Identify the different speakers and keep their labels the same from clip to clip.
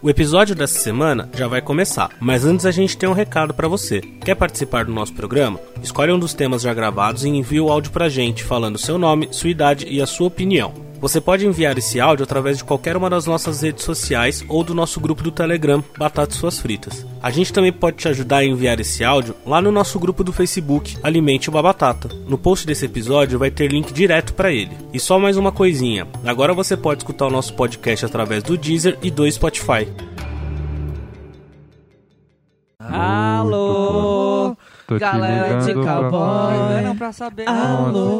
Speaker 1: O episódio dessa semana já vai começar, mas antes a gente tem um recado para você. Quer participar do nosso programa? Escolhe um dos temas já gravados e envia o áudio pra gente, falando seu nome, sua idade e a sua opinião. Você pode enviar esse áudio através de qualquer uma das nossas redes sociais ou do nosso grupo do Telegram, Batatas Suas Fritas. A gente também pode te ajudar a enviar esse áudio lá no nosso grupo do Facebook, Alimente uma Batata. No post desse episódio vai ter link direto para ele. E só mais uma coisinha: agora você pode escutar o nosso podcast através do Deezer e do Spotify.
Speaker 2: Alô,
Speaker 3: Tô te
Speaker 2: galera de
Speaker 3: ligando pra
Speaker 2: cowboy.
Speaker 3: falar
Speaker 2: Não, pra saber.
Speaker 3: Alô,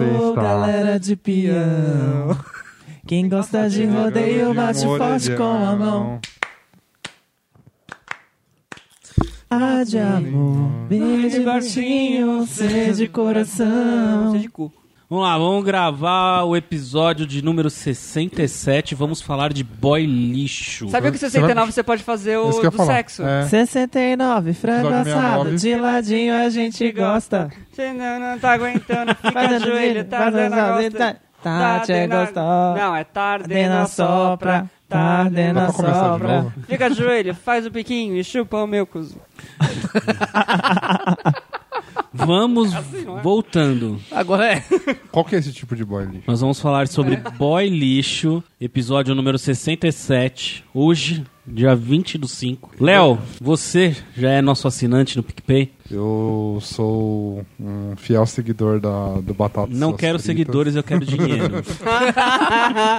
Speaker 4: Alô,
Speaker 3: está?
Speaker 4: galera de peão. Quem gosta de rodeio, bate forte com a mão. A de amor, bem de baixinho, ser de coração.
Speaker 2: Seja de cu.
Speaker 5: Vamos lá, vamos gravar o episódio de número 67. Vamos falar de boy lixo.
Speaker 2: Sabe que 69 você pode fazer o
Speaker 3: Isso que eu ia
Speaker 2: do
Speaker 3: falar.
Speaker 2: sexo?
Speaker 3: É.
Speaker 4: 69, frango
Speaker 3: Episódio 69.
Speaker 4: assado, de ladinho a gente gosta.
Speaker 2: Você não, não tá aguentando, fica
Speaker 4: Fazendo
Speaker 2: joelho,
Speaker 4: joelho,
Speaker 2: tá dando a
Speaker 4: fazendo
Speaker 2: gosta.
Speaker 4: tá- Tati é
Speaker 2: na-
Speaker 4: gostosa,
Speaker 2: Não, é tarde
Speaker 4: Dena
Speaker 2: na
Speaker 4: sopra, tá
Speaker 2: sopra, tarde
Speaker 4: Dena
Speaker 2: na
Speaker 3: Dá pra começar de
Speaker 4: sopra.
Speaker 3: novo?
Speaker 2: Fica joelho, faz o piquinho e chupa o meu cuzo.
Speaker 5: Vamos
Speaker 2: Assim, é?
Speaker 5: voltando.
Speaker 2: Agora é.
Speaker 3: Qual que é esse tipo de boy lixo?
Speaker 5: Nós vamos falar sobre boy lixo, episódio número 67. Hoje, dia 20 do 5. Léo, você já é nosso assinante no PicPay?
Speaker 3: Eu sou um fiel seguidor da, do Batata
Speaker 5: Não
Speaker 3: Suas
Speaker 5: quero
Speaker 3: Fritas.
Speaker 5: seguidores, eu quero dinheiro.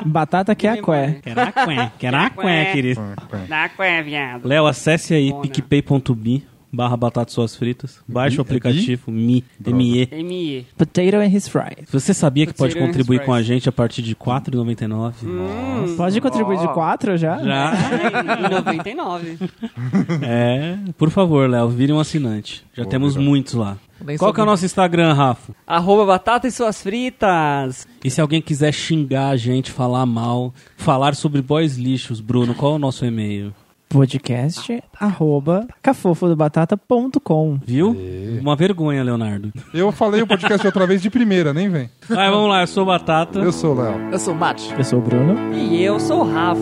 Speaker 4: Batata que é a cué.
Speaker 5: Quero a quen, quero a quen, querido.
Speaker 2: Na cué, viado.
Speaker 5: Léo, acesse aí
Speaker 2: Bom, né?
Speaker 5: picpay.me barra batata suas fritas. Baixa o
Speaker 3: Bi- é bi?
Speaker 5: aplicativo Mi, ME.
Speaker 2: ME.
Speaker 4: Potato and his fries.
Speaker 5: Você sabia que pode
Speaker 2: Potato and
Speaker 5: contribuir com a
Speaker 2: rice.
Speaker 5: gente a partir de R$ 4,99?
Speaker 2: Hum,
Speaker 4: Pode contribuir de
Speaker 2: ó.
Speaker 4: quatro já?
Speaker 5: Já?
Speaker 2: Ai, e 99.
Speaker 5: É. Por favor, Léo, vire um assinante. Já
Speaker 3: Vou
Speaker 5: temos
Speaker 3: virar.
Speaker 5: muitos lá.
Speaker 4: Nem
Speaker 5: Qual
Speaker 4: sou
Speaker 5: que é o
Speaker 4: muito.
Speaker 5: nosso Instagram, Rafa?
Speaker 2: Arroba batata e suas fritas.
Speaker 5: E se alguém quiser xingar a gente, falar mal, falar sobre boys lixos, Bruno, qual é o nosso e-mail?
Speaker 4: podcast arroba cafofodobatata.com.
Speaker 5: Viu? Uma vergonha, Leonardo.
Speaker 3: Eu falei o podcast outra vez de primeira, nem vem.
Speaker 5: Vai, vamos lá, eu sou o Batata.
Speaker 3: Eu sou o Léo.
Speaker 6: Eu sou o Mate.
Speaker 4: Eu sou o Bruno.
Speaker 2: E eu sou o Rafa.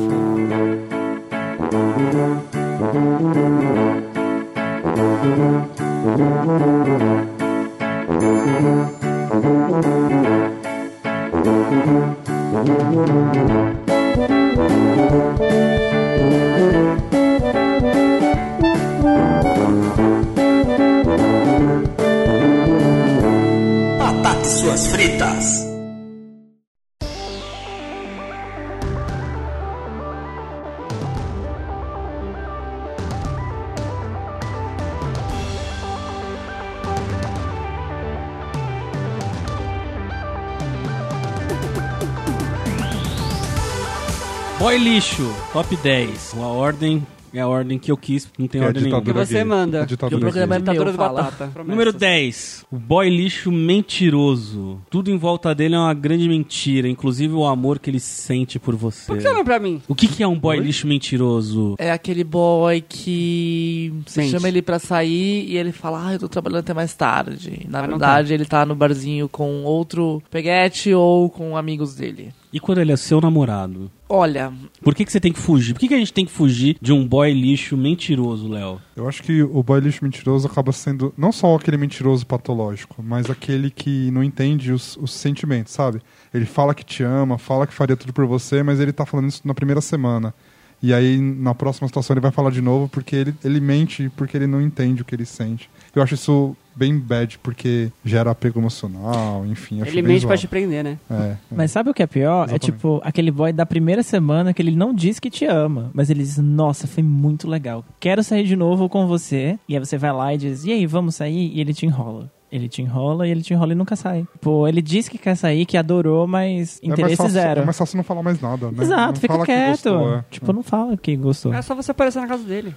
Speaker 5: Boy lixo, top 10. A ordem é a ordem que eu quis, não tem
Speaker 3: Que é a
Speaker 5: ordem nenhuma.
Speaker 3: ditadura
Speaker 2: Que você
Speaker 3: gay.
Speaker 2: manda.
Speaker 3: A ditadura
Speaker 6: Que o programa
Speaker 3: gay.
Speaker 6: é
Speaker 2: Ditadura
Speaker 6: meu,
Speaker 2: do
Speaker 6: fala.
Speaker 2: batata. promessas.
Speaker 5: Número 10. O boy lixo mentiroso. Tudo em volta dele é uma grande mentira, inclusive o amor que ele sente por você.
Speaker 2: Por que não pra mim?
Speaker 5: O que, que é um boy lixo mentiroso?
Speaker 6: É aquele boy que você
Speaker 2: Mente.
Speaker 6: chama ele pra sair e ele fala, ah, eu tô trabalhando até mais tarde. Na
Speaker 2: Mas não
Speaker 6: verdade, ele tá no barzinho com outro peguete ou com amigos dele.
Speaker 5: E quando ele é seu namorado?
Speaker 6: Olha,
Speaker 5: Por que, que você tem que fugir? Por que, que a gente tem que fugir de um boy lixo mentiroso, Léo?
Speaker 3: Eu acho que o boy lixo mentiroso acaba sendo não só aquele mentiroso patológico, mas aquele que não entende os, os sentimentos, sabe? Ele fala que te ama, fala que faria tudo por você, mas ele tá falando isso na primeira semana. E aí, na próxima situação, ele vai falar de novo porque ele, ele mente, porque ele não entende o que ele sente. Eu acho isso bem bad, porque gera apego emocional, enfim. Acho
Speaker 2: Ele
Speaker 3: bem
Speaker 2: mente pra
Speaker 3: zoado.
Speaker 2: te prender, né?
Speaker 3: É.
Speaker 4: Mas sabe o que é pior?
Speaker 3: Exatamente.
Speaker 4: É tipo aquele boy da primeira semana que ele não diz que te ama, mas ele diz: Nossa, foi muito legal. Quero sair de novo com você. E aí você vai lá e diz: E aí, vamos sair? E ele te enrola. Ele te enrola e ele te enrola e nunca sai. Pô, ele diz que quer sair, que adorou, mas
Speaker 3: É mais
Speaker 4: interesse
Speaker 3: fácil-
Speaker 4: zero.
Speaker 3: É mais fácil não falar mais nada, né? Não
Speaker 4: Exato, fica
Speaker 3: fala que
Speaker 4: quieto.
Speaker 3: gostou, é.
Speaker 4: Tipo, não fala que gostou.
Speaker 2: É só você aparecer na casa dele.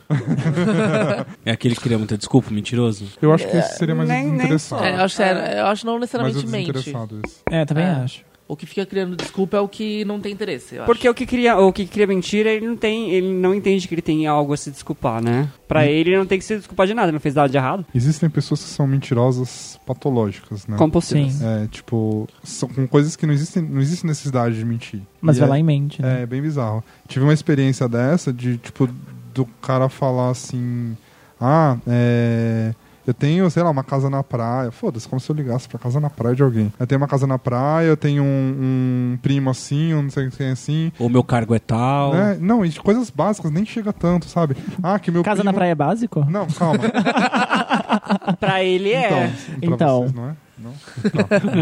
Speaker 5: É aquele que cria muita desculpa, mentiroso?
Speaker 3: Eu acho que esse seria mais
Speaker 2: nem- nem
Speaker 3: interessante.
Speaker 2: só.
Speaker 6: é, eu, acho, é, eu acho não
Speaker 3: mais
Speaker 6: necessariamente
Speaker 3: o
Speaker 6: mente.
Speaker 3: desinteressado isso.
Speaker 4: É, também
Speaker 6: É.
Speaker 4: acho.
Speaker 6: O que fica criando desculpa é o que não tem interesse, eu acho.
Speaker 2: Porque o que cria, o que cria mentira, ele não tem, ele não entende que ele tem algo a se desculpar, né?
Speaker 6: Hum.
Speaker 2: Pra ele ele não tem que se desculpar de nada, ele não fez nada de errado.
Speaker 3: Existem pessoas que são mentirosas patológicas, né?
Speaker 2: Compulsivas.
Speaker 4: Sim.
Speaker 3: É, tipo, são com coisas que não existem, não existe necessidade de mentir.
Speaker 4: Mas
Speaker 3: E
Speaker 4: vai
Speaker 3: é,
Speaker 4: lá em mente. né?
Speaker 3: É, é bem bizarro. Tive uma experiência dessa de, tipo, do cara falar assim: Ah, é. Eu tenho, sei lá, uma casa na praia. Foda-se, como se eu ligasse pra casa na praia de alguém. Eu tenho uma casa na praia, eu tenho um, um primo assim, um não sei quem assim.
Speaker 5: Ou meu cargo é tal.
Speaker 3: né? Não, e de coisas básicas, nem chega tanto, sabe? Ah, que meu
Speaker 4: Casa na
Speaker 3: primo-
Speaker 4: praia é básico?
Speaker 3: Não, calma.
Speaker 2: Pra ele é.
Speaker 3: Então, pra
Speaker 4: Então.
Speaker 3: vocês, não é? Não?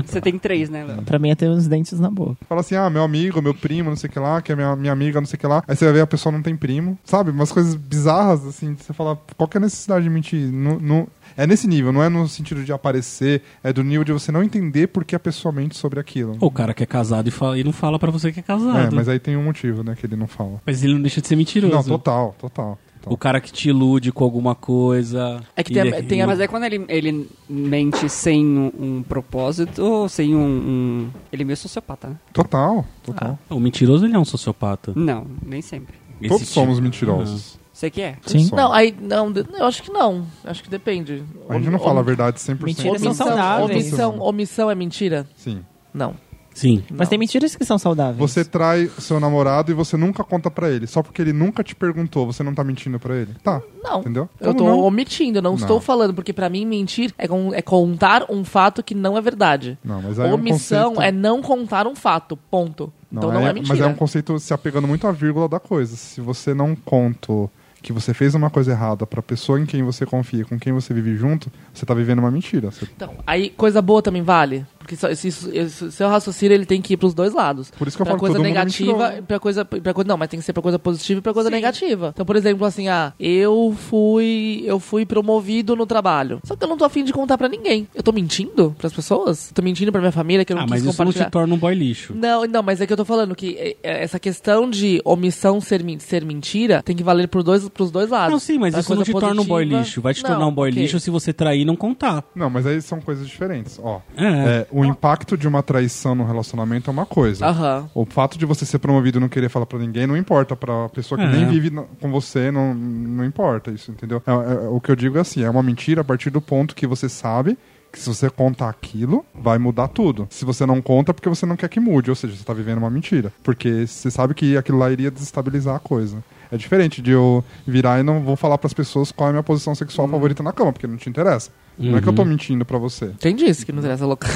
Speaker 2: Você tem três, né, Léo?
Speaker 4: Pra mim é ter os dentes na boca.
Speaker 3: Fala assim, ah, meu amigo, meu primo, não sei o que lá, que é minha, minha amiga, não sei o que lá. Aí você vai ver a pessoa não tem primo. Sabe? Umas coisas bizarras, assim, de você falar, qual que é a necessidade de mentir? No, no- É nesse nível, não é no sentido de aparecer, é do nível de você não entender por que a pessoa mente sobre aquilo.
Speaker 5: Ou o cara que é casado e, fala- e não fala pra você que é
Speaker 3: é,
Speaker 5: casado.
Speaker 3: mas
Speaker 5: mas...
Speaker 3: aí tem um motivo, né, que ele não fala.
Speaker 5: ele não deixa de ser mentiroso.
Speaker 3: Não, total, total. total.
Speaker 5: O cara que te ilude com alguma coisa.
Speaker 6: É que tem
Speaker 5: Ele
Speaker 6: a- tem a-
Speaker 2: Mas é quando ele, ele mente sem um, um propósito ou sem um, um- Ele é meio sociopata, né?
Speaker 3: Total, total.
Speaker 5: O mentiroso ele é um sociopata.
Speaker 2: Não, nem sempre.
Speaker 5: Esse
Speaker 3: Hum, Todos
Speaker 5: tipo-
Speaker 3: somos mentirosos.
Speaker 2: Você que é.
Speaker 3: Todos
Speaker 4: Sim.
Speaker 3: somos.
Speaker 6: Não, aí, não, de- eu acho que não. Acho que depende.
Speaker 3: A gente não
Speaker 6: Om-
Speaker 3: fala a
Speaker 6: om-
Speaker 3: verdade 100%.
Speaker 4: Mentiras são saudáveis.
Speaker 6: Omissão, omissão é mentira?
Speaker 3: Sim.
Speaker 6: Não.
Speaker 5: Sim.
Speaker 4: Mas
Speaker 6: não.
Speaker 4: tem mentiras que são saudáveis.
Speaker 3: Você trai o seu namorado e você nunca conta pra ele. Só porque ele nunca te perguntou, você não tá mentindo pra ele. Tá.
Speaker 6: Não.
Speaker 3: Entendeu?
Speaker 6: Eu
Speaker 3: Como
Speaker 6: tô
Speaker 3: não?
Speaker 6: omitindo, eu não,
Speaker 3: Não.
Speaker 6: estou falando, porque pra mim mentir é, con- é contar um fato que não é verdade.
Speaker 3: Não, mas aí é um
Speaker 6: omissão
Speaker 3: conceito-
Speaker 6: é não contar um fato, ponto. então não
Speaker 3: aí
Speaker 6: é,
Speaker 3: Mas
Speaker 6: mentira.
Speaker 3: é um conceito se apegando muito à vírgula da coisa. Se você não conta que você fez uma coisa errada pra pessoa em quem você confia, com quem você vive junto, você tá vivendo uma mentira. Você-
Speaker 6: Então, aí coisa boa também vale. Porque só- se, isso- esse- seu raciocínio ele tem que ir pros dois lados.
Speaker 3: Por isso que eu
Speaker 6: pra
Speaker 3: falo que
Speaker 6: coisa
Speaker 3: todo mundo é
Speaker 6: negativa,
Speaker 3: mentiroso.
Speaker 6: pra coisa, pra coisa. Não, mas tem que ser pra coisa positiva e pra coisa negativa. Então, por exemplo, assim, ah, eu fui. Eu fui promovido no trabalho. Só que eu não tô afim de contar pra ninguém. Eu tô mentindo pras pessoas? Tô mentindo pra minha família que eu não
Speaker 5: Ah,
Speaker 6: quis
Speaker 5: mas isso não
Speaker 6: compartilhar.
Speaker 5: te torna um boy lixo.
Speaker 6: Não, não, mas é que eu tô falando que eh, eh, essa questão de omissão ser, men- ser mentira tem que valer por dois, pros dois lados.
Speaker 5: Não, sim, mas
Speaker 6: Pra
Speaker 5: isso não
Speaker 6: coisa
Speaker 5: te torna um boy
Speaker 6: positiva-
Speaker 5: lixo. Vai te
Speaker 6: Não,
Speaker 5: tornar um boy
Speaker 6: ok.
Speaker 5: lixo se você trair e não contar.
Speaker 3: Não, mas aí são coisas diferentes. Ó,
Speaker 5: É.
Speaker 3: é, o impacto de uma traição no relacionamento é uma coisa.
Speaker 6: Aham.
Speaker 3: O fato de você ser promovido e não querer falar pra ninguém não importa. Pra pessoa que
Speaker 5: É.
Speaker 3: nem vive na- com você, não, não importa isso, entendeu? É- é- o que eu digo é assim: é uma mentira a partir do ponto que você sabe que se você contar aquilo, vai mudar tudo. Se você não conta, é porque você não quer que mude. Ou seja, você tá vivendo uma mentira. Porque você sabe que aquilo lá iria desestabilizar a coisa. É diferente de eu virar e não vou falar pras pessoas qual é a minha posição sexual favorita na cama, porque não te interessa. Não é que eu tô mentindo pra você.
Speaker 6: Quem disse que não interessa louca?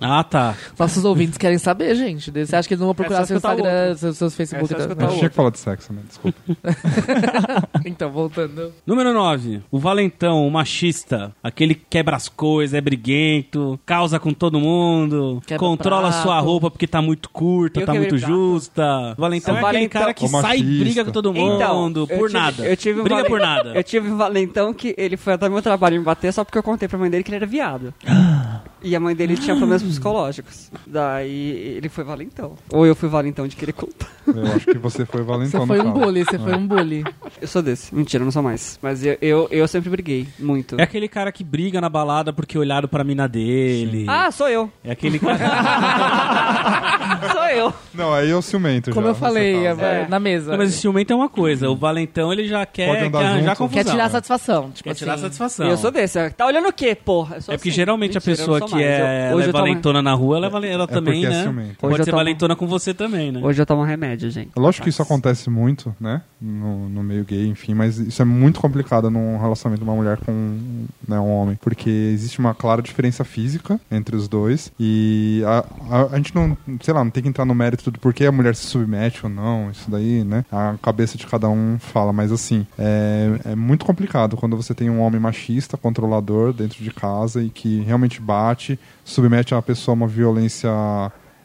Speaker 5: Ah, tá.
Speaker 6: Nossos ouvintes querem saber, gente. Você acha que eles não vão
Speaker 2: É
Speaker 6: procurar
Speaker 2: só
Speaker 6: seu
Speaker 2: escutar o
Speaker 6: Instagram, seus, seus Facebook?
Speaker 2: É só
Speaker 6: e
Speaker 3: A
Speaker 2: Tá
Speaker 6: tal?
Speaker 3: gente tinha que falar de sexo, né? Desculpa.
Speaker 6: Então, voltando.
Speaker 5: Número 9. O valentão, o machista. Aquele que quebra as coisas, é briguento, causa com todo mundo,
Speaker 6: Quebra
Speaker 5: controla
Speaker 6: prato.
Speaker 5: sua roupa porque tá muito curta,
Speaker 2: Eu
Speaker 5: tá
Speaker 2: quebrei
Speaker 5: muito
Speaker 2: prato.
Speaker 5: justa. O valentão é,
Speaker 2: O
Speaker 5: aquele
Speaker 2: valentão-
Speaker 5: cara que
Speaker 3: O
Speaker 5: sai e
Speaker 3: machista.
Speaker 5: briga com todo mundo
Speaker 2: Então, eu
Speaker 5: por
Speaker 2: tive-
Speaker 5: nada.
Speaker 2: eu tive um
Speaker 5: briga
Speaker 2: valen-
Speaker 5: por nada.
Speaker 2: Eu tive um valentão que ele foi até meu trabalho me bater só porque eu contei pra mãe dele que ele era viado.
Speaker 6: Ah.
Speaker 2: E a mãe dele tinha problemas psicológicos. Daí ele foi valentão. Ou eu fui valentão de querer contar.
Speaker 3: Eu acho que você foi valentão
Speaker 6: Você
Speaker 3: no
Speaker 6: foi um
Speaker 3: caso.
Speaker 6: bully, você foi um bully.
Speaker 2: Eu sou desse. Mentira, eu não sou mais. Mas eu, eu, eu sempre briguei muito.
Speaker 5: É aquele cara que briga na balada porque olharam pra mina dele.
Speaker 2: Ah, sou eu.
Speaker 5: É aquele cara.
Speaker 2: Sou eu.
Speaker 3: Não, aí eu ciumento
Speaker 6: Como
Speaker 3: já,
Speaker 6: eu falei,
Speaker 3: nessa fase.
Speaker 6: é, na mesa.
Speaker 5: Não, mas o ciumento é uma coisa. O valentão ele já quer,
Speaker 3: Pode
Speaker 5: quer
Speaker 3: andar
Speaker 5: arranjar
Speaker 3: junto.
Speaker 5: confusão.
Speaker 6: Quer tirar a satisfação. Tipo
Speaker 5: Quer
Speaker 6: assim,
Speaker 5: tirar satisfação.
Speaker 2: Eu sou desse. Tá olhando o quê, porra? Eu sou
Speaker 5: É porque
Speaker 2: assim.
Speaker 5: geralmente
Speaker 2: Mentira,
Speaker 5: a pessoa
Speaker 2: eu não sou
Speaker 5: que
Speaker 2: mais. Eu-
Speaker 5: é, ela
Speaker 2: hoje
Speaker 5: é
Speaker 2: eu tomo-
Speaker 5: valentona na rua, ela, é valen- ela também,
Speaker 3: porque é
Speaker 5: né?
Speaker 3: ciumenta.
Speaker 5: Pode
Speaker 2: Hoje eu
Speaker 5: ser
Speaker 2: tomo-
Speaker 5: valentona com você também, né?
Speaker 2: Hoje eu tomo remédio, gente.
Speaker 3: É lógico que isso acontece muito, né? No, no meio gay, enfim, mas isso é muito complicado num relacionamento de uma mulher com né, um homem. Porque existe uma clara diferença física entre os dois. E a, a, a gente não, sei lá, não tem que entrar no mérito do porquê a mulher se submete ou não, isso daí, né? A cabeça de cada um fala, mas assim, é, é muito complicado quando você tem um homem machista, controlador dentro de casa e que realmente bate, submete a pessoa a uma violência.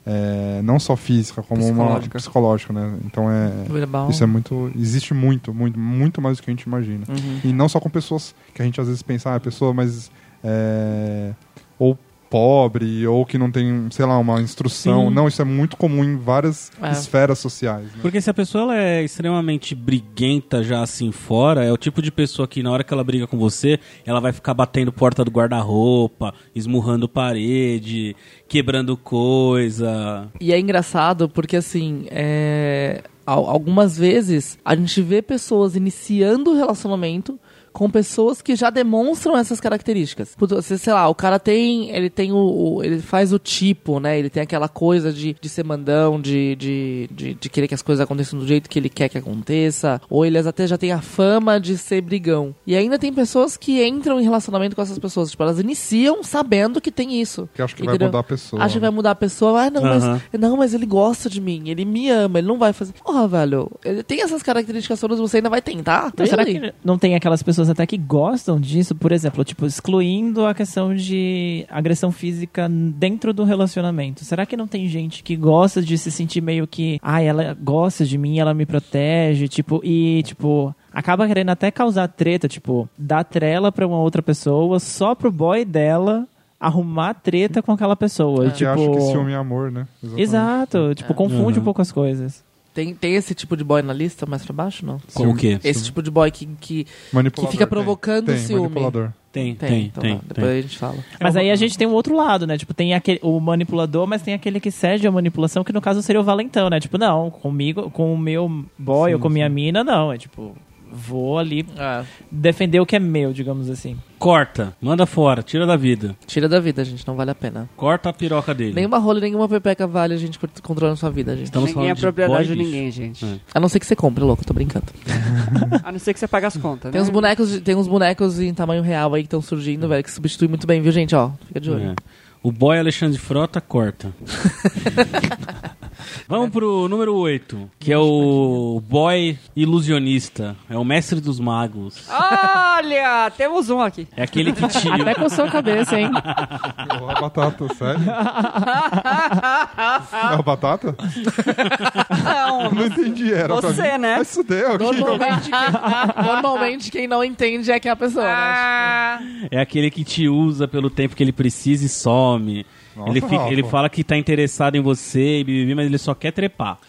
Speaker 3: é, não só física, como uma
Speaker 2: Psicológica.
Speaker 3: psicológico, né? Então é.
Speaker 6: Verbal.
Speaker 3: Isso é muito. Existe muito, muito, muito mais do que a gente imagina.
Speaker 6: Uhum.
Speaker 3: E não só com pessoas que a gente às vezes pensa, ah, é pessoa mais. é, ou pobre, ou que não tem, sei lá, uma instrução.
Speaker 5: Sim.
Speaker 3: Não, isso é muito comum em várias
Speaker 6: É.
Speaker 3: esferas sociais. né?
Speaker 5: Porque se a pessoa ela é extremamente briguenta já assim fora, é o tipo de pessoa que na hora que ela briga com você, ela vai ficar batendo porta do guarda-roupa, esmurrando parede, quebrando coisa.
Speaker 6: E é engraçado porque, assim, é, al- algumas vezes a gente vê pessoas iniciando o relacionamento com pessoas que já demonstram essas características. Puto, você, Sei lá, o cara tem. Ele tem o. o- ele faz o tipo, né? Ele tem aquela coisa de, de ser mandão, de, de, de, de querer que as coisas aconteçam do jeito que ele quer que aconteça. Ou ele até já tem a fama de ser brigão. E ainda tem pessoas que entram em relacionamento com essas pessoas. Tipo, elas iniciam sabendo que tem isso.
Speaker 3: Que acho que vai
Speaker 6: Entendeu?
Speaker 3: mudar a pessoa.
Speaker 6: Acha que vai mudar a pessoa. Ah, não,
Speaker 5: Aham.
Speaker 6: mas, não, mas ele gosta de mim, ele me ama, ele não vai fazer. Porra, velho, ele tem essas características todas, você ainda vai tentar?
Speaker 4: Então, será
Speaker 6: Really?
Speaker 4: que não tem aquelas pessoas até que gostam disso? Por exemplo, tipo, excluindo a questão de agressão física dentro do relacionamento. Será que não tem gente que gosta de se sentir meio que, ah, ela gosta de mim, ela me protege, tipo, e tipo, acaba querendo até causar treta, tipo, dar trela pra uma outra pessoa só pro boy dela arrumar treta com aquela pessoa.
Speaker 3: Porque
Speaker 4: tipo,
Speaker 3: acha que ciúme é amor, né? Exatamente.
Speaker 4: Exato, tipo, confunde um pouco as coisas.
Speaker 6: Tem, tem esse tipo de boy na lista mais pra baixo, não?
Speaker 5: Com o quê?
Speaker 6: Esse tipo de boy que. que...
Speaker 3: Manipulador.
Speaker 6: Que fica
Speaker 3: tem.
Speaker 6: provocando
Speaker 3: tem,
Speaker 6: ciúme.
Speaker 3: Manipulador.
Speaker 5: Tem,
Speaker 6: Tem,
Speaker 5: tem,
Speaker 6: então
Speaker 5: tem.
Speaker 6: tá, depois a gente fala. É
Speaker 4: Mas aí a gente tem o outro lado, né? Tipo, tem aquele, o manipulador, mas tem aquele que cede à manipulação, que no caso seria o valentão, né? Tipo, não, comigo, com o meu boy ou com minha mina, não. É tipo, vou ali defender o que é meu, digamos assim.
Speaker 5: Corta, manda fora, tira da vida.
Speaker 6: É, Tira da vida, gente, não vale a pena.
Speaker 5: Corta a piroca dele.
Speaker 6: Nenhuma rola e nenhuma pepeca vale a gente cont- controlando sua vida, gente.
Speaker 5: Estamos
Speaker 2: ninguém é
Speaker 5: falando
Speaker 2: propriedade de,
Speaker 5: de, boy, bicho.
Speaker 2: ninguém, gente.
Speaker 5: É.
Speaker 6: A não ser que você compre, louco, tô brincando.
Speaker 2: A não ser que você pague as contas, né?
Speaker 6: Tem
Speaker 4: É.
Speaker 6: uns bonecos, de- tem uns bonecos em tamanho real aí que estão surgindo, velho, que substitui muito bem, viu, gente? Ó, fica de olho.
Speaker 5: É. O boy Alexandre Frota corta. Vamos pro número 8, que é o boy ilusionista. É o mestre dos magos.
Speaker 2: Olha, temos um aqui.
Speaker 5: É aquele que
Speaker 6: Até
Speaker 5: tira.
Speaker 6: com a sua cabeça, hein?
Speaker 3: Porra, a batata, sério? é o batata?
Speaker 2: Não,
Speaker 3: Não entendi, era pra
Speaker 2: Você,
Speaker 6: é
Speaker 3: mim.
Speaker 2: né?
Speaker 3: Mas fudeu, que...
Speaker 6: Normalmente quem, normalmente quem não entende é que é a pessoa,
Speaker 2: Ah.
Speaker 6: né?
Speaker 5: É aquele que te usa pelo tempo que ele precisa e some.
Speaker 3: Nossa,
Speaker 5: ele, fica-
Speaker 3: Rafa.
Speaker 5: ele fala que tá interessado em você, e bibibi, mas ele só quer trepar.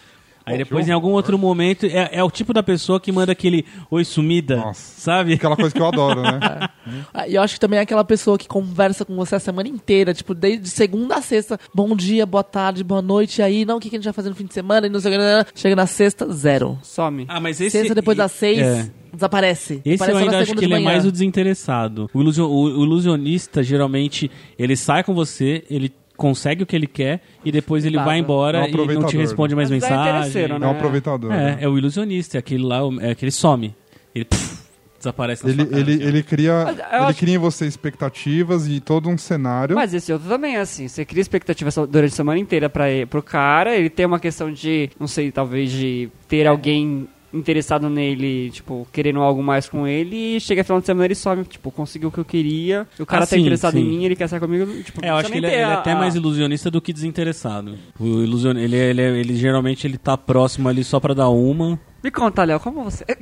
Speaker 5: Aí
Speaker 3: Pô,
Speaker 5: depois,
Speaker 3: que
Speaker 5: em algum outro momento, é, é o tipo da pessoa que manda aquele oi sumida,
Speaker 3: Nossa.
Speaker 5: sabe?
Speaker 3: Aquela coisa que eu adoro, né?
Speaker 6: Ah, E eu acho que também é aquela pessoa que conversa com você a semana inteira, tipo, desde segunda a sexta. Bom dia, boa tarde, boa noite. E aí, não, o que que a gente vai fazer no fim de semana? E não sei o que. né, né. Chega na sexta, zero.
Speaker 2: Some.
Speaker 5: Ah, mas esse,
Speaker 6: sexta, depois das seis,
Speaker 5: É.
Speaker 6: desaparece.
Speaker 5: Esse
Speaker 6: Aparece
Speaker 5: eu
Speaker 6: só na
Speaker 5: ainda acho
Speaker 6: segunda
Speaker 5: que
Speaker 6: de
Speaker 5: ele é
Speaker 6: manhã.
Speaker 5: mais o desinteressado. O, ilusio- o- o ilusionista, geralmente, ele sai com você, ele consegue o que ele quer e depois ele
Speaker 6: Vaza.
Speaker 5: vai embora
Speaker 3: É um
Speaker 5: e não te
Speaker 3: aproveitador,
Speaker 5: responde mais
Speaker 2: Mas é
Speaker 5: mensagem.
Speaker 2: interesseiro,
Speaker 3: É um aproveitador. né?
Speaker 5: É, é o ilusionista, é aquele lá, o- é aquele some. Ele pff, desaparece na
Speaker 3: Ele,
Speaker 5: sua cara,
Speaker 3: ele,
Speaker 5: assim, ó.
Speaker 3: ele cria,
Speaker 2: eu
Speaker 3: ele
Speaker 2: acho-
Speaker 3: cria em você expectativas e todo um cenário.
Speaker 2: Mas esse outro também é assim, você cria expectativa só- durante a semana inteira para pro cara, ele tem uma questão de, não sei, talvez de ter alguém interessado nele, tipo, querendo algo mais com ele, e chega final de semana ele some, tipo, conseguiu o que eu queria, o cara
Speaker 5: Ah,
Speaker 2: tá
Speaker 5: sim,
Speaker 2: interessado
Speaker 5: sim.
Speaker 2: em mim, ele quer sair comigo, tipo,
Speaker 5: É, eu
Speaker 2: não
Speaker 5: acho que
Speaker 2: precisa nem
Speaker 5: ele, é-
Speaker 2: ter
Speaker 5: ele é
Speaker 2: a-
Speaker 5: até mais ilusionista do que desinteressado. O ilusion... ele, é, ele, ele geralmente ele tá próximo ali só pra dar uma.
Speaker 2: Me conta, Léo, como você.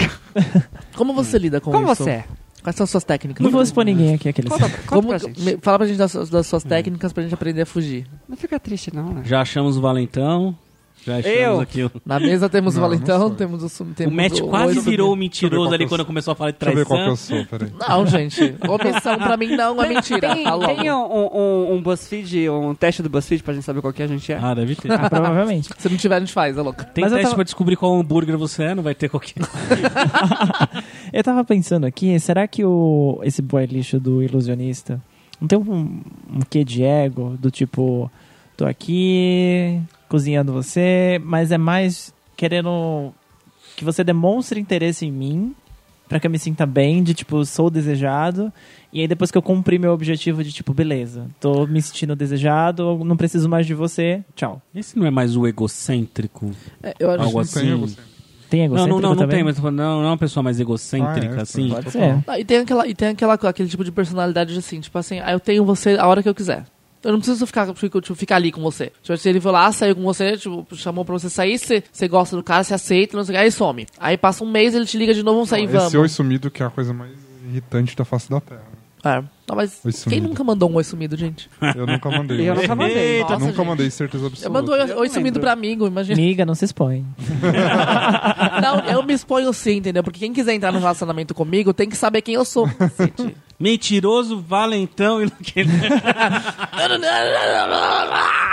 Speaker 6: Como você lida com
Speaker 2: Como
Speaker 6: isso?
Speaker 2: você é?
Speaker 6: Quais são as suas técnicas?
Speaker 4: Não vou expor ninguém aqui, aquele
Speaker 2: Conta, conta
Speaker 6: Como,
Speaker 2: pra gente.
Speaker 6: me- fala pra gente das, suas- das
Speaker 5: É.
Speaker 6: suas técnicas pra gente aprender a fugir.
Speaker 2: Não fica triste, não, né?
Speaker 5: Já achamos o Valentão. Já achamos
Speaker 2: Eu?
Speaker 5: aqui o.
Speaker 6: Na mesa temos
Speaker 3: Não,
Speaker 6: o
Speaker 3: não
Speaker 6: Valentão,
Speaker 3: sou.
Speaker 6: temos o sum-
Speaker 5: O
Speaker 6: temos
Speaker 5: Matt
Speaker 6: o-
Speaker 5: quase virou
Speaker 6: o-
Speaker 5: o
Speaker 3: Deixa eu ver
Speaker 5: mentiroso
Speaker 3: qual que
Speaker 5: ali
Speaker 3: eu
Speaker 5: quando
Speaker 3: sou.
Speaker 5: começou a falar de
Speaker 3: Deixa eu ver qual que
Speaker 5: traição.
Speaker 3: eu sou, peraí.
Speaker 6: Não, gente. Omissão pra mim não é mentira.
Speaker 2: Tem,
Speaker 6: Fala logo.
Speaker 2: tem um, um, um BuzzFeed, um teste do BuzzFeed pra gente saber qual que a gente é?
Speaker 5: Ah, deve ter. Ah,
Speaker 4: Ah, provavelmente.
Speaker 6: Se não tiver, a gente faz, é louca.
Speaker 5: Tem
Speaker 4: Mas eu
Speaker 5: teste
Speaker 4: tava-
Speaker 5: pra descobrir qual hambúrguer você é, não vai ter qualquer.
Speaker 4: Eu tava pensando aqui, será que o, esse boy lixo do ilusionista não tem um, um quê de ego? Do tipo, tô aqui cozinhando você, mas é mais querendo que você demonstre interesse em mim pra que eu me sinta bem, de tipo, sou desejado. E aí depois que eu cumpri meu objetivo de tipo, beleza, tô me sentindo desejado, não preciso mais de você, tchau.
Speaker 5: Esse não é mais o egocêntrico?
Speaker 6: É, eu acho
Speaker 5: Algo
Speaker 3: Não
Speaker 5: assim.
Speaker 3: tem você.
Speaker 4: Tem
Speaker 5: Não,
Speaker 4: egocêntrico
Speaker 5: não, não, não
Speaker 4: também?
Speaker 5: tem, mas eu tô falando, não, não é uma pessoa mais egocêntrica,
Speaker 3: Ah, é,
Speaker 5: assim.
Speaker 3: pode.
Speaker 4: Pode ser.
Speaker 6: Ah, e tem, aquela, e tem aquela, aquele tipo de personalidade de assim, tipo assim, ah, eu tenho você a hora que eu quiser. Eu não preciso ficar, fico, tipo, ficar ali com você. Tipo, se ele foi lá, saiu com você, tipo, chamou pra você sair, você, você gosta do cara, você aceita, não sei o que, aí some. Aí passa um mês, ele te liga de novo, vamos sair, vamos.
Speaker 3: Esse oi sumido que é a coisa mais irritante da face da terra.
Speaker 6: É. Não, mas
Speaker 3: Oi
Speaker 6: quem
Speaker 3: sumido.
Speaker 6: nunca mandou um oi sumido, gente?
Speaker 3: Eu nunca mandei.
Speaker 2: Eu nunca mandei.
Speaker 6: Eita,
Speaker 3: Nunca
Speaker 6: Nossa,
Speaker 3: mandei, certeza absoluta.
Speaker 6: Eu mando um oi,
Speaker 2: Eu
Speaker 6: oi
Speaker 2: não
Speaker 6: sumido
Speaker 2: lembro.
Speaker 6: pra amigo, imagina.
Speaker 4: Amiga, não se expõe.
Speaker 6: Não, eu me exponho sim, entendeu? Porque quem quiser entrar no relacionamento comigo tem que saber quem eu sou. cacete.
Speaker 5: Mentiroso, valentão e não-
Speaker 6: Não, não, não, não, não, não, não.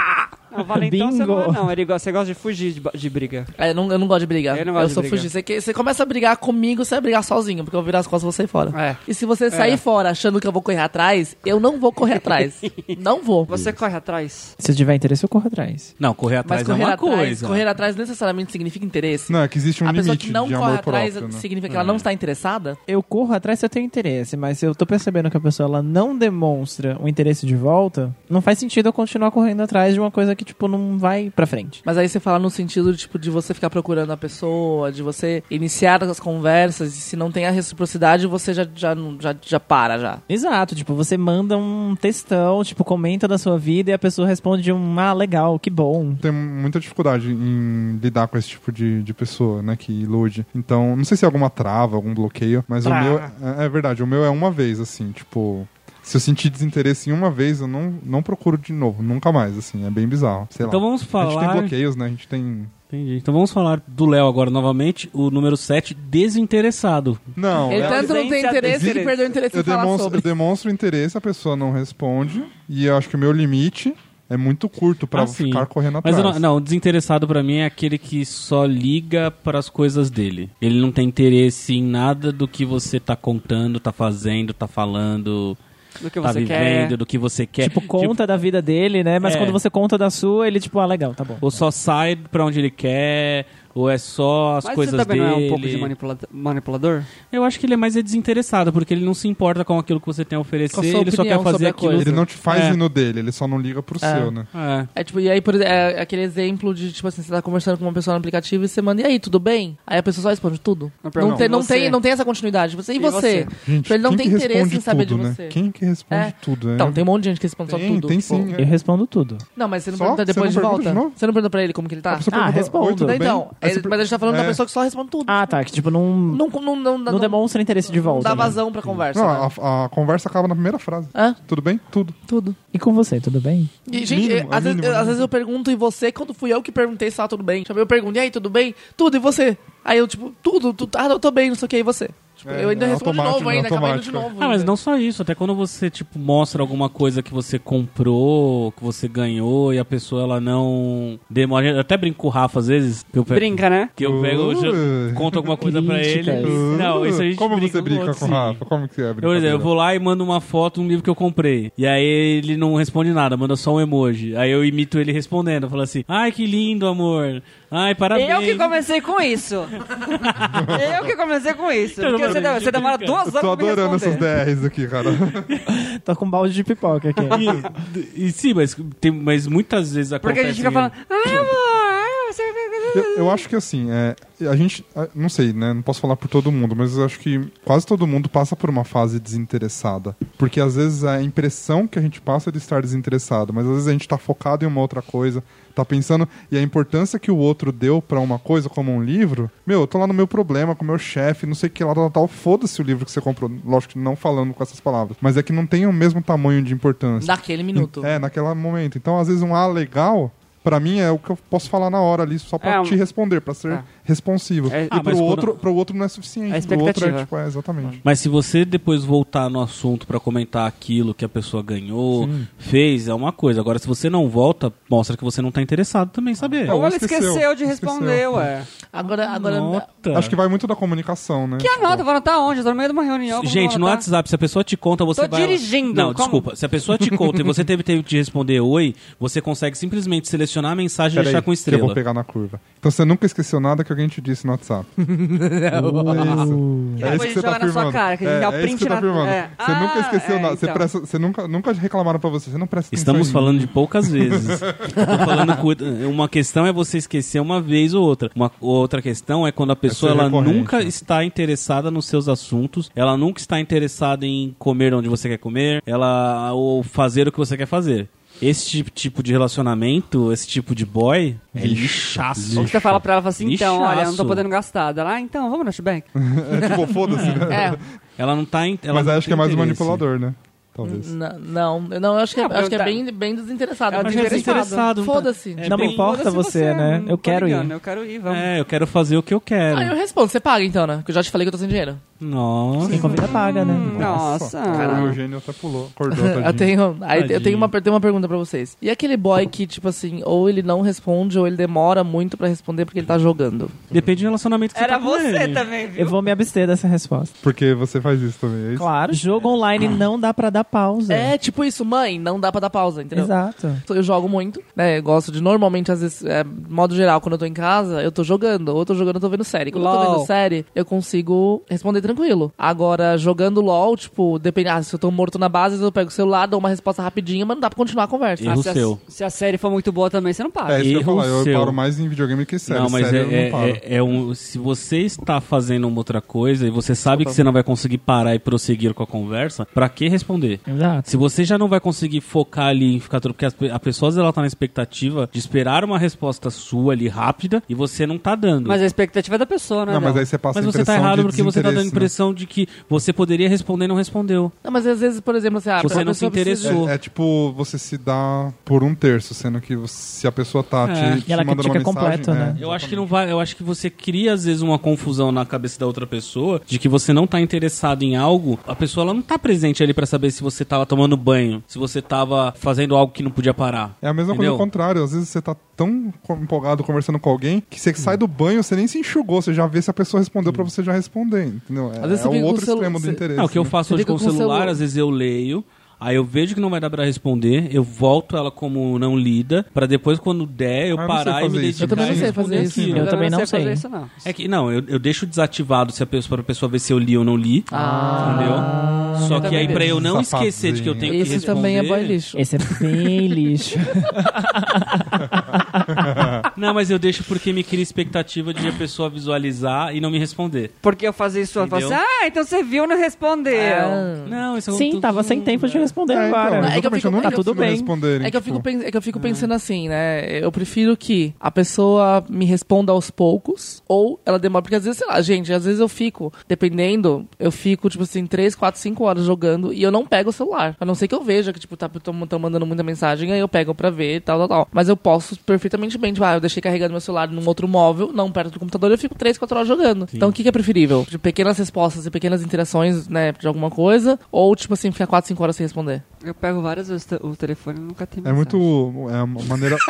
Speaker 2: Não, valentão você
Speaker 4: Bingo.
Speaker 2: não é, não. Ele gosta- você gosta de fugir de, ba- de briga.
Speaker 6: É, eu, não, eu não gosto de brigar.
Speaker 2: Eu
Speaker 6: Eu,
Speaker 2: não gosto de
Speaker 6: sou
Speaker 2: brigar.
Speaker 6: fugir. Você, que- você começa a brigar comigo, você vai brigar sozinho, porque eu vou virar as costas e vou sair fora.
Speaker 2: É.
Speaker 6: E se você sair fora achando que eu vou correr atrás, eu não vou correr atrás. não vou.
Speaker 2: Você corre atrás.
Speaker 4: Se eu tiver interesse, eu corro atrás.
Speaker 5: Não, correr
Speaker 6: Mas
Speaker 5: atrás é
Speaker 6: correr
Speaker 5: uma
Speaker 6: atrás,
Speaker 5: coisa.
Speaker 6: correr atrás necessariamente significa interesse.
Speaker 3: Não, é que existe um
Speaker 6: a pessoa
Speaker 3: limite
Speaker 6: que não
Speaker 3: de
Speaker 6: corre
Speaker 3: amor
Speaker 6: atrás
Speaker 3: próprio, né?
Speaker 6: significa que ela não está interessada?
Speaker 4: Eu corro atrás se eu tenho interesse, mas se eu tô percebendo que a pessoa ela não demonstra o interesse de volta, não faz sentido eu continuar correndo atrás de uma coisa que, tipo, não vai pra frente.
Speaker 6: Mas aí você fala no sentido, tipo, de você ficar procurando a pessoa, de você iniciar as conversas, e se não tem a reciprocidade, você já, já, não- já, já para, já.
Speaker 4: Exato, tipo, você manda um textão, tipo, comenta da sua vida e a pessoa responde um, ah, legal, que bom.
Speaker 3: Tem muita dificuldade em lidar com esse tipo de, de pessoa, né, que ilude. Então, não sei se é alguma trava, algum bloqueio, mas o meu. É, é verdade, o meu é uma vez, assim, tipo. Se eu sentir desinteresse em uma vez, eu não, não procuro de novo, nunca mais, assim, é bem bizarro. Sei
Speaker 5: Então
Speaker 3: lá.
Speaker 5: vamos
Speaker 3: A gente tem
Speaker 5: falar.
Speaker 3: bloqueios, né? A gente tem.
Speaker 5: Entendi. Então vamos falar do Léo agora novamente, o número 7, desinteressado.
Speaker 3: Não,
Speaker 6: Ele tá
Speaker 3: é-
Speaker 6: tanto não tem
Speaker 2: ausência de
Speaker 6: interesse, ele
Speaker 2: interesse.
Speaker 6: perdeu o interesse
Speaker 3: eu
Speaker 6: em falar
Speaker 3: demonstro, eu
Speaker 6: sobre.
Speaker 3: demonstro interesse, a pessoa não responde. E eu acho que o meu limite é muito curto pra
Speaker 5: Ah, sim.
Speaker 3: ficar correndo
Speaker 5: Mas
Speaker 3: atrás.
Speaker 5: eu não, não, desinteressado pra mim é aquele que só liga para as coisas dele. Ele não tem interesse em nada do que você tá contando, tá fazendo, tá falando,
Speaker 2: Do que
Speaker 5: tá
Speaker 2: você
Speaker 5: vivendo,
Speaker 2: quer.
Speaker 5: do que você quer.
Speaker 4: Tipo, conta da vida dele, né? Mas
Speaker 5: É.
Speaker 4: quando você conta da sua, ele, tipo, ah, legal, tá bom.
Speaker 5: Ou só sai pra onde ele quer, ou é só as
Speaker 2: Mas
Speaker 5: coisas
Speaker 2: você também
Speaker 5: dele.
Speaker 2: não é um pouco de manipula- manipulador?
Speaker 5: Eu acho que ele é mais é desinteressado, porque ele não se importa com aquilo que você tem a oferecer,
Speaker 6: Com a sua
Speaker 5: ele só
Speaker 6: opinião
Speaker 5: quer fazer
Speaker 6: sobre a
Speaker 5: aquilo.
Speaker 6: coisa.
Speaker 3: Ele não te faz
Speaker 5: É.
Speaker 3: ir no dele, ele só não liga pro seu, né?
Speaker 5: É.
Speaker 6: É tipo, e aí, por exemplo, é aquele exemplo de, tipo assim, você tá conversando com uma pessoa no aplicativo e você manda, e aí, tudo bem? Aí a pessoa só responde tudo.
Speaker 2: Não pergunta.
Speaker 6: Não tem, não,
Speaker 2: Você.
Speaker 6: tem, não tem essa continuidade. Você, e,
Speaker 2: E
Speaker 6: você? Tipo,
Speaker 2: você?
Speaker 3: Gente,
Speaker 6: Ele não
Speaker 3: quem
Speaker 6: tem
Speaker 3: que
Speaker 6: interesse
Speaker 3: responde
Speaker 6: em saber
Speaker 3: tudo,
Speaker 6: de
Speaker 3: né?
Speaker 6: você.
Speaker 3: Quem que responde
Speaker 6: É.
Speaker 3: tudo, né?
Speaker 6: Então, tem um monte de gente que responde só
Speaker 3: tem,
Speaker 6: tudo.
Speaker 3: tem
Speaker 6: tipo.
Speaker 3: sim. é.
Speaker 4: Eu respondo tudo.
Speaker 6: Não, mas você não
Speaker 3: Só?
Speaker 6: pergunta
Speaker 3: Você
Speaker 6: depois
Speaker 3: não
Speaker 6: de
Speaker 3: pergunta
Speaker 6: volta.
Speaker 3: de novo?
Speaker 6: você não pergunta pra ele como que ele tá?
Speaker 3: A pessoa
Speaker 4: Ah,
Speaker 3: pergunta,
Speaker 4: respondo.
Speaker 3: "Oi, tudo
Speaker 6: Não,
Speaker 3: bem?"
Speaker 6: então,
Speaker 3: Aí
Speaker 6: é-
Speaker 3: você-
Speaker 6: mas a gente tá falando da
Speaker 3: é.
Speaker 6: pessoa que só responde tudo.
Speaker 4: Ah, tá, que, tipo, não, não,
Speaker 6: Não, não, não, não,
Speaker 4: demonstra interesse de
Speaker 6: não
Speaker 4: volta.
Speaker 6: dá
Speaker 4: né?
Speaker 6: vazão pra conversa.
Speaker 3: Não,
Speaker 6: né?
Speaker 3: a, a conversa acaba na primeira frase.
Speaker 6: Hã?
Speaker 3: Tudo bem? Tudo.
Speaker 6: Tudo.
Speaker 4: E com você, tudo bem?
Speaker 6: E, gente,
Speaker 3: Mínimo,
Speaker 6: eu- às,
Speaker 3: é
Speaker 6: vezes,
Speaker 3: mínimo,
Speaker 6: eu-
Speaker 3: né?
Speaker 6: às vezes eu pergunto, e você? Quando fui eu que perguntei se tá tudo bem. Tipo, eu pergunto, e aí, tudo bem? Tudo, e você? Aí eu, tipo, tudo, tudo ah, eu tô bem, não sei o que, e você? Tipo,
Speaker 3: É,
Speaker 6: eu ainda
Speaker 3: é
Speaker 6: respondo de novo
Speaker 3: automático,
Speaker 6: ainda,
Speaker 3: né?
Speaker 6: acabei indo de
Speaker 3: Automático.
Speaker 6: novo.
Speaker 5: Ah, mas
Speaker 6: ainda.
Speaker 5: não só isso, até quando você, tipo, mostra alguma coisa que você comprou, que você ganhou, e a pessoa, ela não demora. Eu até brinco com o Rafa às vezes. Que eu pe-
Speaker 2: Brinca, né?
Speaker 5: Que eu pego, eu
Speaker 3: Ui.
Speaker 5: já conto alguma coisa pra ele.
Speaker 4: Críticas.
Speaker 5: Não, isso a gente
Speaker 3: Uh. Como você
Speaker 5: com o
Speaker 3: brinca
Speaker 5: outro,
Speaker 3: com o
Speaker 5: sim.
Speaker 3: Rafa? Como que é a
Speaker 5: Eu, Por exemplo, eu
Speaker 3: brincadeira?
Speaker 5: vou lá e mando uma foto, um livro que eu comprei. E aí ele não responde nada, manda só um emoji. Aí eu imito ele respondendo. Eu falo assim: ai, que lindo, amor. Ai, parabéns.
Speaker 2: Eu que comecei com isso. eu que comecei com isso.
Speaker 5: Eu
Speaker 2: Porque
Speaker 5: não
Speaker 2: você,
Speaker 5: vou
Speaker 2: você demora
Speaker 5: brincar.
Speaker 2: duas
Speaker 3: Eu
Speaker 2: horas
Speaker 3: tô
Speaker 2: pra me
Speaker 3: adorando essas
Speaker 2: responder.
Speaker 3: DRs aqui, cara.
Speaker 4: Tô com um balde de pipoca aqui.
Speaker 5: E, e sim, mas, tem, mas muitas vezes acontece.
Speaker 2: Porque a gente fica falando... Ai, amor, ai, você...
Speaker 3: Eu, eu acho que assim, é, a gente. a- Não sei, né? Não posso falar por todo mundo, mas eu acho que quase todo mundo passa por uma fase desinteressada. Porque às vezes a impressão que a gente passa é de estar desinteressado, mas às vezes a gente tá focado em uma outra coisa, tá pensando. E a importância que o outro deu pra uma coisa, como um livro, meu, eu tô lá no meu problema, com o meu chefe, não sei o que lá, tal, tal, foda-se o livro que você comprou. Lógico que não falando com essas palavras, mas é que não tem o mesmo tamanho de importância.
Speaker 6: Naquele minuto.
Speaker 3: É, naquele momento. Então, às vezes, um ah, legal, pra mim é o que eu posso falar na hora ali, só pra
Speaker 2: É, um-
Speaker 3: te responder, pra ser
Speaker 2: É.
Speaker 3: responsivo.
Speaker 2: É,
Speaker 3: e
Speaker 5: Ah, mas
Speaker 3: pro,
Speaker 5: quando-
Speaker 3: outro, pro outro não é suficiente.
Speaker 2: É a
Speaker 3: pro outro é
Speaker 2: expectativa.
Speaker 3: tipo, é, exatamente.
Speaker 5: Mas se você depois voltar no assunto pra comentar aquilo que a pessoa ganhou, fez, é uma coisa. Agora, se você não volta, mostra que você não tá interessado também em saber.
Speaker 3: Ou
Speaker 2: Ou ela
Speaker 3: esqueceu,
Speaker 2: esqueceu, de
Speaker 3: esqueceu.
Speaker 2: responder, ué.
Speaker 6: Agora, agora.
Speaker 5: Nota.
Speaker 3: Acho que vai muito da comunicação, né?
Speaker 2: Que a nota? Vou anotar onde? Eu tô no meio de uma reunião. como
Speaker 5: Gente,
Speaker 2: vou
Speaker 5: no
Speaker 2: anotar?
Speaker 5: WhatsApp, se a pessoa te conta, você
Speaker 2: Tô
Speaker 5: vai.
Speaker 2: dirigindo,
Speaker 5: Não,
Speaker 2: como?
Speaker 5: desculpa. Se a pessoa te conta e você teve tempo de responder oi, você consegue simplesmente selecionar a mensagem e
Speaker 3: Peraí,
Speaker 5: deixar com
Speaker 3: que eu
Speaker 5: estrela.
Speaker 3: vou pegar na curva. Então você nunca esqueceu nada que alguém te disse no WhatsApp. é isso. É
Speaker 2: Depois
Speaker 3: isso que você tá
Speaker 2: joga na sua
Speaker 3: afirmando.
Speaker 2: cara, que a gente dá o
Speaker 3: é, é isso
Speaker 2: print
Speaker 3: que você tá
Speaker 2: na-
Speaker 3: afirmando.
Speaker 2: é.
Speaker 3: Você nunca
Speaker 2: Ah,
Speaker 3: esqueceu
Speaker 2: é,
Speaker 3: nada. Você,
Speaker 2: então.
Speaker 3: presta, você nunca, nunca reclamaram pra você. Você não presta atenção
Speaker 5: Estamos
Speaker 3: em
Speaker 5: falando de poucas vezes. Eu tô falando cu- uma questão é você esquecer uma vez ou outra. Uma outra questão é quando a pessoa
Speaker 3: ser
Speaker 5: ela
Speaker 3: recorrente,
Speaker 5: nunca
Speaker 3: né?
Speaker 5: está interessada nos seus assuntos, ela nunca está interessada em comer onde você quer comer, ela ou fazer o que você quer fazer. Esse tipo, tipo de relacionamento, esse tipo de boy, é lixaço.
Speaker 2: Ou você fala pra ela, fala assim, então,
Speaker 5: Lixaço.
Speaker 2: olha, eu não tô podendo gastar. Daí Ela, ah, então, vamos no Ashback.
Speaker 3: É tipo, foda-se, né?
Speaker 6: É.
Speaker 5: Ela não tá. em- Ela
Speaker 3: Mas
Speaker 5: não
Speaker 3: acho que é
Speaker 5: tem
Speaker 3: mais
Speaker 5: interesse.
Speaker 3: manipulador, né? Talvez.
Speaker 6: N- Não, eu não, eu acho que, é-
Speaker 2: Não,
Speaker 6: acho que é
Speaker 2: tá.
Speaker 6: bem, bem desinteressado.
Speaker 2: É
Speaker 5: Acho que é desinteressado. não tá-
Speaker 6: Foda-se.
Speaker 5: É
Speaker 4: não me
Speaker 5: bem-
Speaker 4: importa
Speaker 2: Foda-se
Speaker 4: você, né?
Speaker 2: não
Speaker 4: Eu
Speaker 2: tô
Speaker 4: quero ir.
Speaker 2: ligando, Eu quero ir, vamos.
Speaker 5: É, eu quero fazer o que eu quero.
Speaker 6: Ah, eu respondo, você paga então, né? Porque eu já te falei que eu tô sem dinheiro.
Speaker 5: Nossa.
Speaker 4: Tem comida paga, né?
Speaker 2: Nossa.
Speaker 3: O Eugênio até pulou, acordou.
Speaker 6: Eu
Speaker 3: tadinho.
Speaker 6: tenho, aí eu tenho
Speaker 5: Tadinho.
Speaker 6: uma, per- tenho uma pergunta pra vocês. E aquele boy que, tipo assim, ou ele não responde, ou ele demora muito pra responder porque ele tá jogando.
Speaker 5: Depende do relacionamento que
Speaker 2: Era
Speaker 5: você tá com
Speaker 2: você
Speaker 5: ele.
Speaker 2: também, viu?
Speaker 4: Eu vou me abster dessa resposta.
Speaker 3: Porque você faz isso também, é isso?
Speaker 4: Claro, jogo online não dá pra dar pausa.
Speaker 6: É, tipo isso, mãe, não dá pra dar pausa, entendeu?
Speaker 4: Exato.
Speaker 6: Eu jogo muito, né? Eu gosto de normalmente, às vezes, é, modo geral, quando eu tô em casa, eu tô jogando. Ou eu tô jogando, eu tô vendo série. Quando eu tô
Speaker 2: LOL.
Speaker 6: vendo série, eu consigo responder tranquilo. Agora, jogando LOL, tipo, depende. Ah, se eu tô morto na base, eu pego o celular, dou uma resposta rapidinha, mas não dá pra continuar a conversa.
Speaker 5: Erro
Speaker 2: se, a,
Speaker 5: seu.
Speaker 2: se a série for muito boa também, você não para.
Speaker 3: É isso que eu ia
Speaker 5: Erro
Speaker 3: falar. Eu
Speaker 5: seu.
Speaker 3: paro mais em videogame que em série.
Speaker 5: Não, mas
Speaker 3: série
Speaker 5: é,
Speaker 3: eu
Speaker 5: é-
Speaker 3: não paro.
Speaker 5: é- é um. Se você está fazendo uma outra coisa e você sabe que você não vai conseguir parar e prosseguir com a conversa, pra que responder?
Speaker 4: Exato.
Speaker 5: Se você já não vai conseguir focar ali em ficar tudo, porque as pe- a pessoa às vezes, ela tá na expectativa de esperar uma resposta sua ali rápida e você não tá dando.
Speaker 2: Mas a expectativa é da pessoa, né?
Speaker 3: Não, mas
Speaker 2: Léo?
Speaker 3: aí você passa
Speaker 5: Mas
Speaker 3: a
Speaker 5: você tá
Speaker 3: impressão
Speaker 5: errado
Speaker 3: de
Speaker 5: porque você tá dando a
Speaker 3: desinteresse, né?
Speaker 5: impressão de que você poderia responder e não respondeu.
Speaker 6: Não, mas às vezes, por exemplo, assim, ah,
Speaker 5: Tipo, Você
Speaker 6: a
Speaker 5: não se
Speaker 6: pessoa precisa-
Speaker 5: interessou.
Speaker 3: né? É, é tipo você se dá por um terço, sendo que você- se a pessoa tá
Speaker 5: É.
Speaker 3: te, te
Speaker 4: E ela
Speaker 3: mandando uma
Speaker 4: critica
Speaker 3: mensagem...
Speaker 4: completo,
Speaker 3: é,
Speaker 4: né?
Speaker 5: Eu acho que não vai, eu acho que você cria às vezes uma confusão na cabeça da outra pessoa de que você não tá interessado em algo. A pessoa ela não tá presente ali pra saber se você tava tomando banho, se você tava fazendo algo que não podia parar.
Speaker 3: É a mesma coisa
Speaker 5: Entendeu?
Speaker 3: ao contrário. Às vezes você tá tão co- empolgado conversando com alguém que você sai do banho, você nem se enxugou, você já vê se a pessoa respondeu pra você já responder, entendeu? É,
Speaker 6: Às vezes
Speaker 3: é
Speaker 6: você fica
Speaker 3: o
Speaker 6: com
Speaker 3: outro
Speaker 6: o celu-
Speaker 3: extremo do
Speaker 6: você-
Speaker 3: interesse.
Speaker 5: Não, o que eu
Speaker 3: né?
Speaker 5: faço hoje
Speaker 6: Você
Speaker 5: com o
Speaker 6: fica com o
Speaker 5: celular,
Speaker 6: celular.
Speaker 5: às vezes eu leio, aí eu vejo que não vai dar pra responder, eu volto ela como não lida, pra depois quando
Speaker 3: Ah,
Speaker 5: der eu
Speaker 3: eu não sei
Speaker 5: parar e me
Speaker 3: fazer
Speaker 5: dedicar
Speaker 3: isso.
Speaker 6: Eu também não
Speaker 5: e
Speaker 6: sei
Speaker 5: responder
Speaker 6: fazer isso.
Speaker 5: aquilo.
Speaker 4: Eu também não
Speaker 2: fazer
Speaker 4: sei.
Speaker 2: isso, não.
Speaker 5: É que não, eu, eu deixo desativado se a pessoa, pra pessoa ver se eu li ou não li.
Speaker 6: Ah.
Speaker 5: entendeu? Só
Speaker 2: eu
Speaker 5: que
Speaker 2: também
Speaker 5: aí pra eu não
Speaker 3: Safadinho.
Speaker 5: esquecer de que eu tenho que
Speaker 6: Esse
Speaker 5: responder.
Speaker 6: também é boy lixo.
Speaker 4: Esse é bem lixo.
Speaker 5: Não, mas eu deixo porque me cria expectativa de a pessoa visualizar e não me responder.
Speaker 2: Porque eu fazia isso, eu falava assim,
Speaker 5: Entendeu?
Speaker 2: ah, então você viu e não respondeu.
Speaker 6: Ah.
Speaker 5: Não, isso é um-
Speaker 4: Sim, tava sem tempo de responder
Speaker 3: É, então,
Speaker 4: agora.
Speaker 6: É que eu
Speaker 3: exatamente,
Speaker 6: fico-
Speaker 3: eu não
Speaker 6: tá
Speaker 3: ligo
Speaker 4: tudo
Speaker 3: se não
Speaker 4: bem.
Speaker 3: responderem,
Speaker 6: É que, eu fico
Speaker 3: tipo,
Speaker 6: pen- é que eu fico pensando assim, né? Eu prefiro que a pessoa me responda aos poucos ou ela demora. Porque às vezes, sei lá, gente, às vezes eu fico, dependendo, eu fico, tipo assim, 3, 4, 5 horas jogando e eu não pego o celular. A não ser que eu veja que, tipo, tá tão tão mandando muita mensagem, aí eu pego pra ver e tal, tal, tal. Mas eu posso perfeitamente bem, tipo, ah, eu deixei carregando meu celular num outro móvel, não perto do computador, eu fico 3, 4 horas jogando. Então o que, que é preferível? De pequenas respostas e pequenas interações, né, de alguma coisa, ou, tipo assim, ficar 4, 5 horas sem responder?
Speaker 2: Eu pego várias vezes te- o telefone e nunca tem
Speaker 3: É
Speaker 2: mensagem.
Speaker 3: muito... É uma maneira...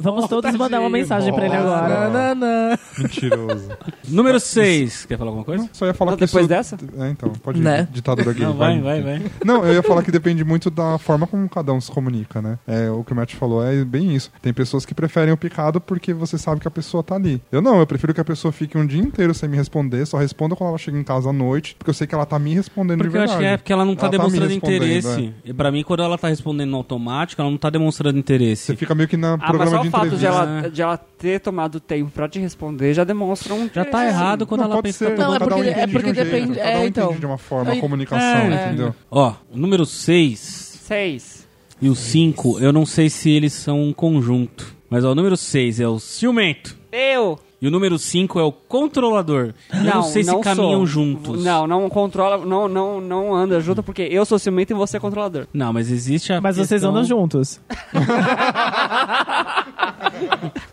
Speaker 4: Vamos todos mandar uma mensagem pra ele
Speaker 3: Nossa.
Speaker 4: agora.
Speaker 6: Nananã.
Speaker 3: Mentiroso.
Speaker 5: Número 6. Quer falar alguma coisa?
Speaker 3: Só ia falar
Speaker 2: Não,
Speaker 3: que
Speaker 2: depois
Speaker 3: isso-
Speaker 2: dessa?
Speaker 3: É, então, pode ir,
Speaker 6: Né?
Speaker 3: ditadura gay.
Speaker 5: Não, vai, vai, vai.
Speaker 3: Não, eu ia falar que depende muito da forma como cada um se comunica, né? É, o que o Matt falou é bem isso. Tem pessoas que preferem o picado porque você sabe que a pessoa tá ali. Eu não, eu prefiro que a pessoa fique um dia inteiro sem me responder, só responda quando ela chega em casa à noite, porque eu sei que ela tá me respondendo
Speaker 5: Porque
Speaker 3: de
Speaker 5: eu
Speaker 3: verdade.
Speaker 5: acho que é porque ela não tá
Speaker 3: Ela tá me
Speaker 5: demonstrando
Speaker 3: respondendo,
Speaker 5: interesse. E pra mim, quando ela tá respondendo no automático, ela não tá demonstrando
Speaker 3: Você
Speaker 5: interesse.
Speaker 3: fica meio que na
Speaker 2: Ah, mas
Speaker 3: programa
Speaker 2: só
Speaker 3: de
Speaker 2: o fato de
Speaker 3: entrevista. né?
Speaker 2: ela, de ela ter tomado tempo pra te responder já demonstra um
Speaker 5: Já tá errado quando
Speaker 3: Não,
Speaker 5: ela
Speaker 3: pode
Speaker 5: pensa
Speaker 3: ser.
Speaker 5: que tá
Speaker 6: É. Não, é
Speaker 5: tomando-
Speaker 3: cada um
Speaker 6: porque- é
Speaker 3: entende de
Speaker 6: porque
Speaker 3: um jeito,
Speaker 6: depende-
Speaker 3: Cada
Speaker 6: é,
Speaker 3: um
Speaker 6: então.
Speaker 3: entende de uma forma, a
Speaker 6: Aí-
Speaker 3: comunicação,
Speaker 5: É.
Speaker 3: entendeu?
Speaker 5: Ó, o número 6
Speaker 2: Seis.
Speaker 5: e o 5, eu não sei se eles são um conjunto. Mas ó, o número 6 é o ciumento.
Speaker 2: Eu!
Speaker 5: E o número 5 é o controlador. eu não sei se
Speaker 2: sou.
Speaker 5: caminham juntos.
Speaker 2: Não, não controla, não, não, não anda junto, porque eu sou ciumento e você é controlador.
Speaker 5: Não, mas existe a.
Speaker 4: Mas vocês
Speaker 5: questão-
Speaker 4: andam juntos.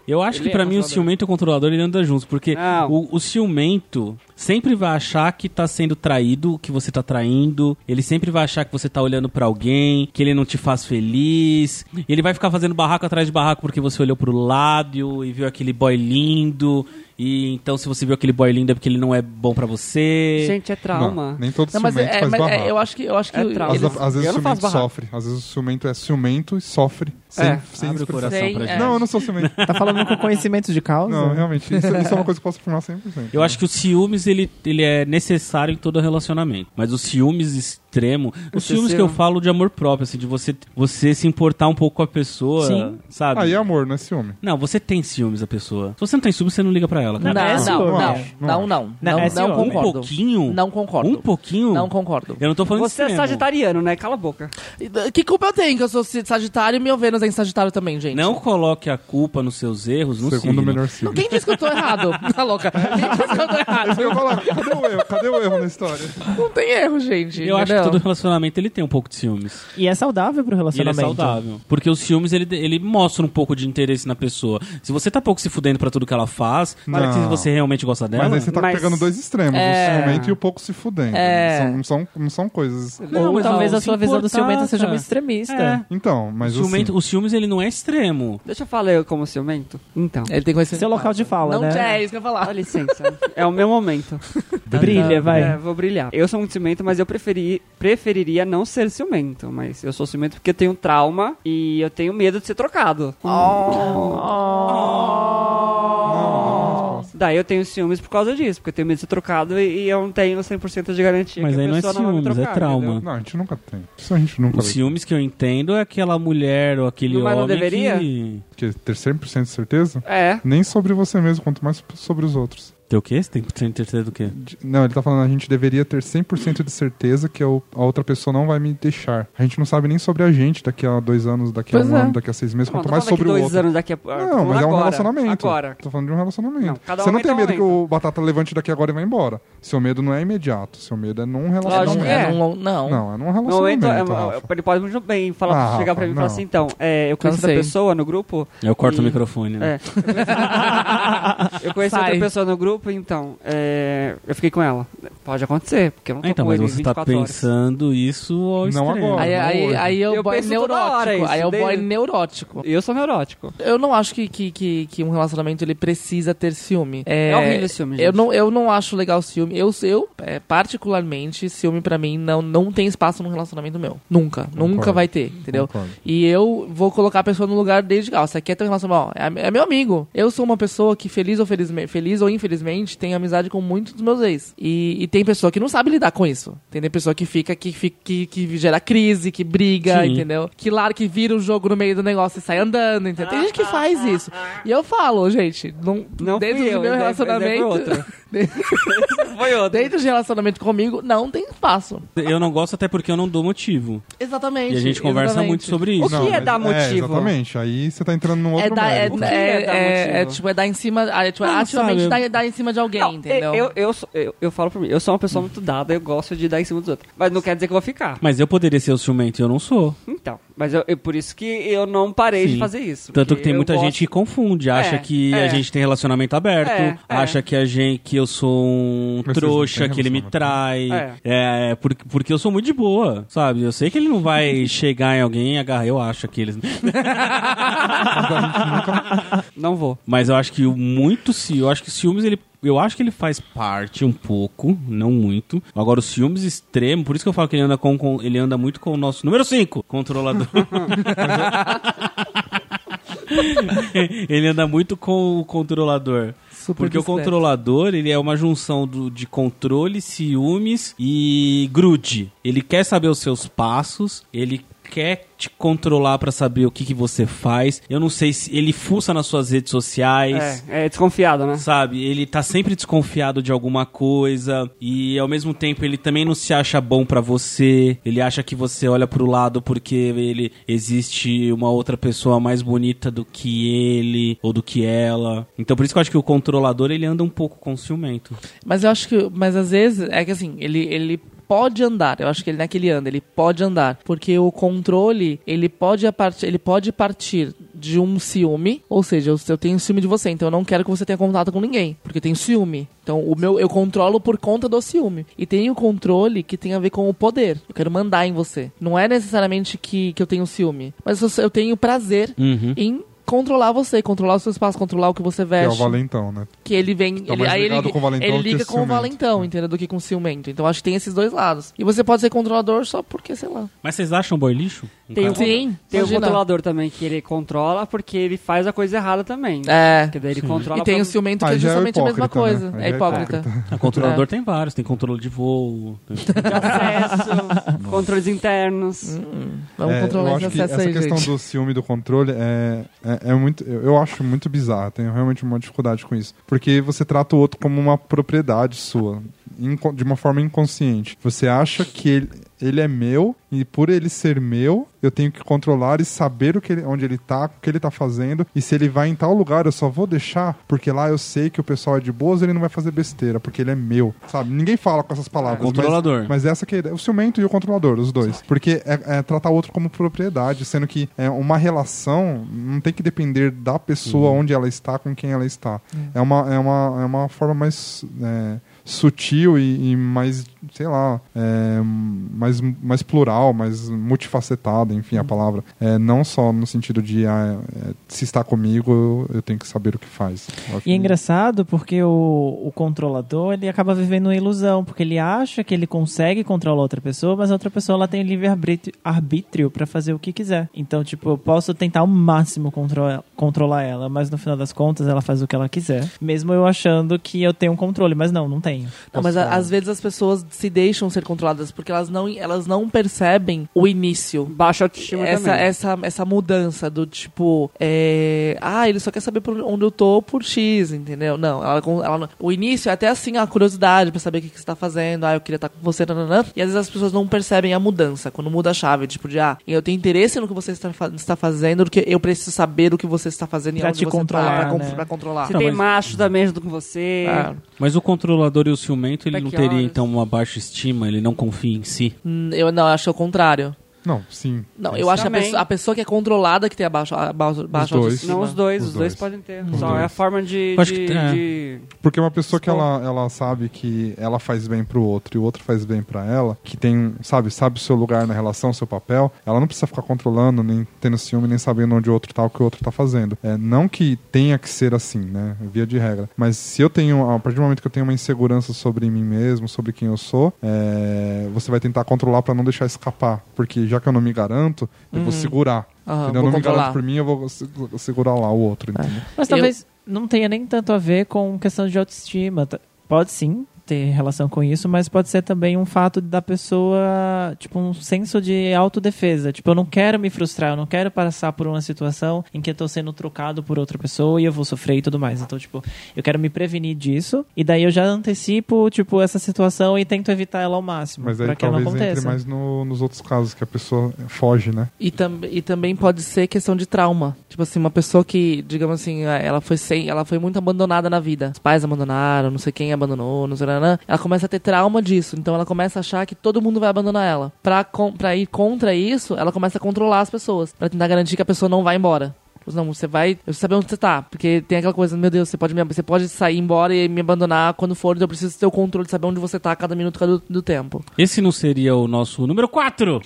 Speaker 5: Eu acho
Speaker 2: Ele
Speaker 5: que pra
Speaker 2: é
Speaker 5: mim o
Speaker 2: controlador.
Speaker 5: ciumento e o controlador ele anda juntos, porque
Speaker 2: Não.
Speaker 5: o, o ciumento sempre vai achar que tá sendo traído, que você tá traindo, ele sempre vai achar que você tá olhando pra alguém, que ele não te faz feliz, ele vai ficar fazendo barraco atrás de barraco porque você olhou pro lado e viu aquele boy lindo, e então se você viu aquele boy lindo é porque ele não é bom pra você.
Speaker 2: Gente, é trauma.
Speaker 3: Não, nem todo
Speaker 6: Não, mas,
Speaker 3: ciumento
Speaker 6: é,
Speaker 3: faz
Speaker 6: mas é,
Speaker 3: barraco.
Speaker 6: eu acho que eu acho que
Speaker 2: É
Speaker 6: ele-
Speaker 2: trauma.
Speaker 3: Às,
Speaker 2: Ele-
Speaker 3: às vezes
Speaker 2: eu
Speaker 3: o
Speaker 2: não faço
Speaker 3: ciumento
Speaker 2: barraco.
Speaker 3: sofre. Às vezes o ciumento é ciumento e sofre. Sem,
Speaker 2: É.
Speaker 3: sem
Speaker 5: Abre o
Speaker 3: expressão.
Speaker 5: coração
Speaker 6: Sem-
Speaker 5: pra
Speaker 6: é.
Speaker 5: gente.
Speaker 3: Não, eu não sou ciumento.
Speaker 4: Tá falando com conhecimento de causa?
Speaker 3: Não, realmente. Isso, isso é uma coisa que eu posso afirmar 100%.
Speaker 5: Eu acho que o ciúmes ele, ele é necessário em todo relacionamento, mas o ciúmes extremo, os
Speaker 2: Excessivo.
Speaker 5: ciúmes que eu falo de amor próprio, assim, de você você se importar um pouco com a pessoa,
Speaker 4: Sim.
Speaker 5: sabe?
Speaker 3: Aí é amor, não é ciúme.
Speaker 5: Não, você tem ciúmes da pessoa. Se você não tem ciúmes, você não liga pra ela,
Speaker 6: Não,
Speaker 5: cara.
Speaker 4: é
Speaker 6: não,
Speaker 4: ciúme,
Speaker 6: não,
Speaker 3: eu
Speaker 6: não,
Speaker 3: acho.
Speaker 6: não, não,
Speaker 4: Não, é
Speaker 6: não,
Speaker 4: ciúme.
Speaker 5: um
Speaker 6: concordo.
Speaker 5: pouquinho?
Speaker 6: Não concordo.
Speaker 5: Um pouquinho?
Speaker 6: Não concordo.
Speaker 5: Eu não tô falando
Speaker 2: Você é
Speaker 5: extremo.
Speaker 2: sagitariano, né? Cala a boca.
Speaker 6: Que culpa eu tenho que eu sou sagitário e meu Vênus mas é em Sagitário também, gente.
Speaker 5: Não coloque a culpa nos seus erros no
Speaker 3: Segundo o
Speaker 5: signo.
Speaker 3: melhor signo.
Speaker 6: Quem disse que eu tô errado? Tá louca. Quem disse que eu tô
Speaker 3: Eu ia
Speaker 6: errado?
Speaker 3: falar, cadê o erro? Cadê o erro na história?
Speaker 6: Não tem erro, gente.
Speaker 5: Eu acho que
Speaker 6: entendeu?
Speaker 5: todo relacionamento ele tem um pouco de ciúmes.
Speaker 4: E é saudável pro
Speaker 5: E ele é
Speaker 4: relacionamento.
Speaker 5: saudável. Porque os ciúmes, ele, ele mostra um pouco de interesse na pessoa. Se você tá pouco se fudendo pra tudo que ela faz, para que
Speaker 3: Não.
Speaker 5: você realmente gosta dela.
Speaker 3: Mas aí você tá
Speaker 2: Mas-
Speaker 3: pegando dois extremos,
Speaker 6: É.
Speaker 3: o ciumento e o pouco se fudendo.
Speaker 6: É.
Speaker 3: Não, são, não, são, não são coisas.
Speaker 5: Não,
Speaker 4: Ou
Speaker 5: mas
Speaker 4: talvez
Speaker 5: não,
Speaker 4: a sua
Speaker 5: então
Speaker 4: visão
Speaker 5: se
Speaker 4: do
Speaker 5: importar,
Speaker 6: Ah,
Speaker 4: ciumento seja
Speaker 6: tá.
Speaker 5: cara.
Speaker 4: muito extremista.
Speaker 5: É.
Speaker 3: Então, mas
Speaker 5: o, ciumento,
Speaker 3: assim,
Speaker 5: o ciúmes, ele não é extremo.
Speaker 2: Deixa eu falar eu como ciumento. Então.
Speaker 5: É.
Speaker 6: Ele tem conhecimento.
Speaker 4: Seu local de fala,
Speaker 6: Não,
Speaker 4: né?
Speaker 6: é isso que eu ia
Speaker 2: Dá
Speaker 6: falar.
Speaker 2: licença. é o meu momento.
Speaker 3: Tá
Speaker 4: Brilha, vai.
Speaker 2: É, vou brilhar. Eu sou muito ciumento, mas eu preferi, preferiria não ser ciumento. Mas eu sou ciumento porque eu tenho trauma e eu tenho medo de ser trocado. Daí eu tenho ciúmes por causa disso, porque eu tenho medo de ser trocado e, e eu não tenho 100% de garantia
Speaker 5: Mas
Speaker 2: que a
Speaker 5: aí não é
Speaker 2: pessoa vai me
Speaker 5: ciúmes, é
Speaker 2: trocar,
Speaker 5: trauma.
Speaker 2: entendeu?
Speaker 3: Não, a gente nunca tem. Isso a gente nunca
Speaker 5: Os
Speaker 3: vê.
Speaker 5: ciúmes que eu entendo é aquela mulher ou aquele
Speaker 2: Mas não
Speaker 5: homem
Speaker 2: deveria?
Speaker 5: que...
Speaker 3: Porque ter 100% de certeza?
Speaker 2: É.
Speaker 3: Nem sobre você mesmo, quanto mais sobre os outros.
Speaker 5: Tem o quê? Você tem tem certeza do quê?
Speaker 3: De- Não, ele tá falando, a gente deveria ter 100% de certeza que eu- a outra pessoa não vai me deixar. A gente não sabe nem sobre a gente daqui a dois anos, daqui a
Speaker 6: Pois
Speaker 3: um
Speaker 6: é.
Speaker 3: ano, daqui a seis meses,
Speaker 2: Não,
Speaker 3: quanto
Speaker 2: tô
Speaker 3: mais
Speaker 2: falando que
Speaker 3: sobre o
Speaker 2: dois
Speaker 3: outro.
Speaker 2: anos daqui a
Speaker 3: Não, mas é um
Speaker 2: agora,
Speaker 3: relacionamento.
Speaker 2: Agora.
Speaker 3: Tô falando de um relacionamento.
Speaker 2: Não, cada
Speaker 3: você não
Speaker 2: homem
Speaker 3: tem
Speaker 2: tem um
Speaker 3: medo que
Speaker 2: momento.
Speaker 3: o Batata levante daqui agora e vá embora. Seu medo não é imediato. Seu medo é num
Speaker 2: Lógico
Speaker 3: relacionamento.
Speaker 6: não,
Speaker 2: que é.
Speaker 6: é. num- Não,
Speaker 3: Não, é num
Speaker 2: No momento,
Speaker 3: relacionamento.
Speaker 2: é,
Speaker 3: Rafa.
Speaker 2: ele pode muito bem falar,
Speaker 3: Ah,
Speaker 2: chegar pra
Speaker 3: Rafa,
Speaker 2: mim e falar
Speaker 3: não.
Speaker 2: assim, então, é, eu conheço essa
Speaker 6: Cansei.
Speaker 2: pessoa no grupo,
Speaker 5: Eu corto
Speaker 2: E-
Speaker 5: o microfone, né?
Speaker 2: É. Eu conheci
Speaker 6: Sai.
Speaker 2: outra pessoa no grupo, então. é, eu fiquei com ela. Pode acontecer, porque eu não tô
Speaker 5: Ah, então,
Speaker 2: com
Speaker 5: mas
Speaker 2: ele
Speaker 5: você tá
Speaker 2: 24 horas.
Speaker 5: pensando isso ao
Speaker 3: Não
Speaker 5: extremo.
Speaker 3: agora.
Speaker 6: Aí, aí, aí é o
Speaker 2: Eu
Speaker 6: boy
Speaker 2: penso toda
Speaker 6: neurótico.
Speaker 2: hora isso,
Speaker 6: aí é o boy
Speaker 2: desde-
Speaker 6: neurótico.
Speaker 2: Eu sou neurótico.
Speaker 6: Eu não acho que, que, que, que um relacionamento ele precisa ter ciúme. É,
Speaker 2: É horrível esse filme, gente.
Speaker 6: Eu não, eu não acho legal ciúme. Eu, eu é, particularmente, ciúme pra mim não, não tem espaço num relacionamento meu. Nunca. Nunca
Speaker 3: Concordo.
Speaker 6: vai ter, entendeu?
Speaker 3: Concordo.
Speaker 6: E eu vou colocar a pessoa no lugar desde ah, você quer ter um relacionamento? Ó, é, é meu amigo. Eu sou uma pessoa que, feliz ou, felizme- feliz ou infelizmente, tem amizade com muitos dos meus ex. E, e tem pessoa que não sabe lidar com isso. Tem pessoa que fica, que, fica- que, que gera crise, que briga,
Speaker 5: Sim.
Speaker 6: entendeu? Que larga, que vira o jogo no meio do negócio e sai andando, entendeu? Tem gente que faz isso. E eu falo, gente, não,
Speaker 2: Não
Speaker 6: dentro
Speaker 2: fui
Speaker 6: do
Speaker 2: eu, né?
Speaker 6: meu
Speaker 2: daí- daí foi
Speaker 6: relacionamento.
Speaker 2: outro. Foi outra.
Speaker 6: Dentro de relacionamento comigo, não tem espaço.
Speaker 5: Eu não gosto até porque eu não dou motivo.
Speaker 6: Exatamente.
Speaker 5: E a gente conversa muito sobre isso.
Speaker 2: O que é
Speaker 3: mas-
Speaker 2: dar motivo?
Speaker 3: exatamente. Aí você tá entrando num outro
Speaker 6: É dar, é,
Speaker 3: mérito.
Speaker 6: é,
Speaker 2: é dar
Speaker 6: é-
Speaker 2: motivo?
Speaker 6: é, tipo, é dar em cima, é, tipo, é
Speaker 5: Não,
Speaker 6: ativamente
Speaker 5: sabe?
Speaker 6: dar, dar em cima de alguém,
Speaker 2: Não,
Speaker 6: entendeu?
Speaker 2: Eu, eu, sou- eu, eu falo pra mim, eu sou uma pessoa muito dada, eu gosto de dar em cima dos outros. Mas não quer dizer que eu vou ficar.
Speaker 5: Mas eu poderia ser o ciumento e eu não sou.
Speaker 2: Então, mas eu, eu- por isso que eu não parei
Speaker 5: Sim.
Speaker 2: de fazer isso.
Speaker 5: Tanto que
Speaker 2: porque
Speaker 5: tem
Speaker 2: eu
Speaker 5: muita
Speaker 2: gosto-
Speaker 5: gente que confunde, acha
Speaker 2: É,
Speaker 5: que a
Speaker 2: é.
Speaker 5: gente tem relacionamento aberto,
Speaker 2: É, é.
Speaker 5: acha que a gente que eu sou um
Speaker 3: Mas vocês não
Speaker 5: trouxa,
Speaker 3: têm
Speaker 5: que ele me trai.
Speaker 2: relacionamento aberto.
Speaker 5: É, porque, porque eu sou muito de boa, sabe? Eu sei que ele não vai chegar em alguém e agarrar, eu acho que eles.
Speaker 2: Não vou.
Speaker 5: Mas eu acho que o muito ciúme, eu acho que ciúmes ele eu acho que ele faz parte um pouco, não muito. Agora, o ciúmes extremo, por isso que eu falo que ele anda, com, com- ele anda muito com o nosso número 5, controlador. ele anda muito com o controlador.
Speaker 6: Super
Speaker 5: porque o
Speaker 6: discreto.
Speaker 5: controlador, ele é uma junção do- de controle, ciúmes e grude. Ele quer saber os seus passos, ele quer te controlar pra saber o que, que você faz. Eu não sei se ele fuça nas suas redes sociais.
Speaker 2: É, é desconfiado, né?
Speaker 5: Sabe, ele tá sempre desconfiado de alguma coisa e ao mesmo tempo ele também não se acha bom pra você. Ele acha que você olha pro lado porque ele existe uma outra pessoa mais bonita do que ele ou do que ela. Então por isso que eu acho que o controlador ele anda um pouco com ciumento.
Speaker 6: Mas eu acho que. Mas às vezes é que assim, ele. ele pode andar, eu acho que ele não é que ele anda, ele pode andar, porque o controle ele pode a partir, ele pode partir de um ciúme, ou seja, eu, eu tenho ciúme de você, então eu não quero que você tenha contato com ninguém, porque eu tenho ciúme. Então o meu eu controlo por conta do ciúme. E tem o controle que tem a ver com o poder. Eu quero mandar em você. Não é necessariamente que, que eu tenho ciúme, mas eu, eu tenho prazer
Speaker 5: Uhum.
Speaker 6: em controlar você, controlar o seu espaço, controlar o que você
Speaker 3: Que é
Speaker 6: veste
Speaker 3: o valentão, né?
Speaker 6: que ele vem.
Speaker 3: Tá
Speaker 6: ele,
Speaker 3: mais
Speaker 6: aí ele,
Speaker 3: ligado com o valentão
Speaker 6: ele
Speaker 3: do que
Speaker 6: liga com o
Speaker 3: ciumento. É.
Speaker 6: valentão, entendeu? Do que com o ciumento. Então acho que tem esses dois lados. E você pode ser controlador só porque, sei lá.
Speaker 5: Mas vocês acham boy lixo? Um
Speaker 2: Tem
Speaker 5: cara-
Speaker 2: o,
Speaker 6: Sim,
Speaker 2: tem o
Speaker 6: imagina.
Speaker 2: controlador também, que ele controla porque ele faz a coisa errada também. né?
Speaker 6: É.
Speaker 2: Porque daí ele controla
Speaker 6: E tem
Speaker 2: pra-
Speaker 6: o ciumento que
Speaker 3: Aí
Speaker 6: é
Speaker 3: já é o
Speaker 6: justamente a mesma
Speaker 3: hipócrita,
Speaker 6: coisa.
Speaker 3: né?
Speaker 6: É
Speaker 3: Aí já é
Speaker 6: hipócrita.
Speaker 5: Ah, controlador tem vários, tem controle de voo. né?
Speaker 2: de acesso, controles internos.
Speaker 6: Hum. Vamos
Speaker 3: É, eu
Speaker 6: controlar esse
Speaker 3: acho que
Speaker 6: acesso
Speaker 3: essa
Speaker 6: aí,
Speaker 3: questão
Speaker 6: gente.
Speaker 3: do ciúme e do controle é, é, é muito. Eu, eu acho muito bizarro. Tenho realmente uma dificuldade com isso. Porque você trata o outro como uma propriedade sua. inco- de uma forma inconsciente. Você acha que ele, ele é meu e por ele ser meu, eu tenho que controlar e saber o que ele- onde ele tá, o que ele tá fazendo e se ele vai em tal lugar, eu só vou deixar porque lá eu sei que o pessoal é de boas, ele não vai fazer besteira, porque ele é meu, sabe? Ninguém fala com essas palavras. mas-
Speaker 5: Controlador.
Speaker 3: mas essa que é o ciumento e o controlador, os dois. Porque é, é tratar o outro como propriedade, sendo que é uma relação não tem que depender da pessoa onde ela está, com quem ela está. É, uma, é, uma, é uma forma mais é, sutil e, e mais, sei lá, é, mais, mais plural, mais multifacetada, enfim, a palavra. É, não só no sentido de ah, é, se está comigo, eu, eu tenho que saber o que faz. Eu acho
Speaker 4: E é engraçado porque o, o controlador ele acaba vivendo uma ilusão, porque ele acha que ele consegue controlar outra pessoa, mas a outra pessoa ela tem livre arbítrio- arbítrio para fazer o que quiser. Então, tipo, eu posso tentar ao máximo contro controlar ela, mas no final das contas ela faz o que ela quiser, mesmo eu achando que eu tenho um controle, mas não, não tenho.
Speaker 6: Não, Ah, mas a-
Speaker 4: Posso-
Speaker 6: às vezes as pessoas se deixam ser controladas porque elas não, elas não percebem o início.
Speaker 2: Baixa autoestima
Speaker 6: Essa,
Speaker 2: também.
Speaker 6: essa, essa mudança do tipo, é, ah, ele só quer saber por onde eu tô por X, entendeu? Não, ela, con- ela não- o início é até assim a curiosidade pra saber o que, que você tá fazendo, ah, eu queria estar com você, nananã. E às vezes as pessoas não percebem a mudança, quando muda a chave, tipo, de ah, eu tenho interesse no que você está, fa- está fazendo, porque eu preciso saber o que você está fazendo e
Speaker 4: Pra
Speaker 6: onde
Speaker 4: te
Speaker 6: você tá,
Speaker 4: controlar,
Speaker 6: pra con-
Speaker 4: né?
Speaker 6: pra controlar.
Speaker 2: Se
Speaker 5: Não,
Speaker 2: tem
Speaker 5: mas-
Speaker 2: macho também junto com você.
Speaker 6: Ah,
Speaker 5: Mas o controlador e o ciumento, ele
Speaker 6: Até
Speaker 5: não
Speaker 6: que
Speaker 5: teria,
Speaker 6: horas?
Speaker 5: então, uma baixa estima, ele não confia em si.
Speaker 6: hum, eu não, eu acho o contrário.
Speaker 3: que- Não, sim.
Speaker 6: Não, eu acho a
Speaker 2: Também.
Speaker 6: pessoa, a pessoa que é controlada que tem a baixa, a baixa, baixa
Speaker 3: dois.
Speaker 6: autoestima.
Speaker 2: Não os dois,
Speaker 3: Os
Speaker 2: os, dois.
Speaker 3: dois.
Speaker 2: podem ter.
Speaker 3: Os
Speaker 2: Só é
Speaker 3: dois.
Speaker 2: a forma de.
Speaker 5: Acho
Speaker 2: de-
Speaker 5: que tem, é.
Speaker 2: de-
Speaker 3: Porque uma pessoa que
Speaker 2: Estou-
Speaker 3: ela, ela sabe que ela faz bem pro outro e o outro faz bem pra ela, que tem, sabe, sabe o seu lugar na relação, o seu papel, ela não precisa ficar controlando, nem tendo ciúme, nem sabendo onde o outro tá, o que o outro tá fazendo. É, não que tenha que ser assim, né? Via de regra. Mas se eu tenho, a partir do momento que eu tenho uma insegurança sobre mim mesmo, sobre quem eu sou, é, você vai tentar controlar pra não deixar escapar. Porque já que eu não me garanto, eu vou segurar. Entendeu?
Speaker 6: Aham, Uhum. Ah, vou
Speaker 3: eu não me
Speaker 6: controlar. É.
Speaker 3: garanto por mim, eu vou se- segurar lá o outro. entendeu?
Speaker 4: Mas
Speaker 6: Eu-
Speaker 4: talvez não tenha nem tanto a ver com questão de autoestima. T- Pode sim ter relação com isso, mas pode ser também um fato da pessoa, tipo, um senso de autodefesa. Tipo, eu não quero me frustrar, eu não quero passar por uma situação em que eu tô sendo trocado por outra pessoa e eu vou sofrer e tudo mais. Então, tipo, eu quero me prevenir disso e daí eu já antecipo, tipo, essa situação e tento evitar ela ao máximo
Speaker 3: Mas aí
Speaker 4: pra que ela não
Speaker 3: talvez
Speaker 4: aconteça.
Speaker 3: entre mais no- nos outros casos, que a pessoa foge, né?
Speaker 6: E, tam e também pode ser questão de trauma. Tipo assim, uma pessoa que, digamos assim, a- ela foi sem, ela foi muito abandonada na vida. Os pais abandonaram, não sei quem abandonou, não sei nanã. Ela começa a ter trauma disso. Então ela começa a achar que todo mundo vai abandonar ela. Pra, con- pra ir contra isso, ela começa a controlar as pessoas. Pra tentar garantir que a pessoa não vai embora. Tipo, Não, você vai. Eu preciso saber onde você tá. Porque tem aquela coisa, meu Deus, você pode, me, você pode sair embora e me abandonar quando for, então eu preciso ter o controle de saber onde você tá a cada minuto cada do, do tempo.
Speaker 5: Esse não seria o nosso número 4,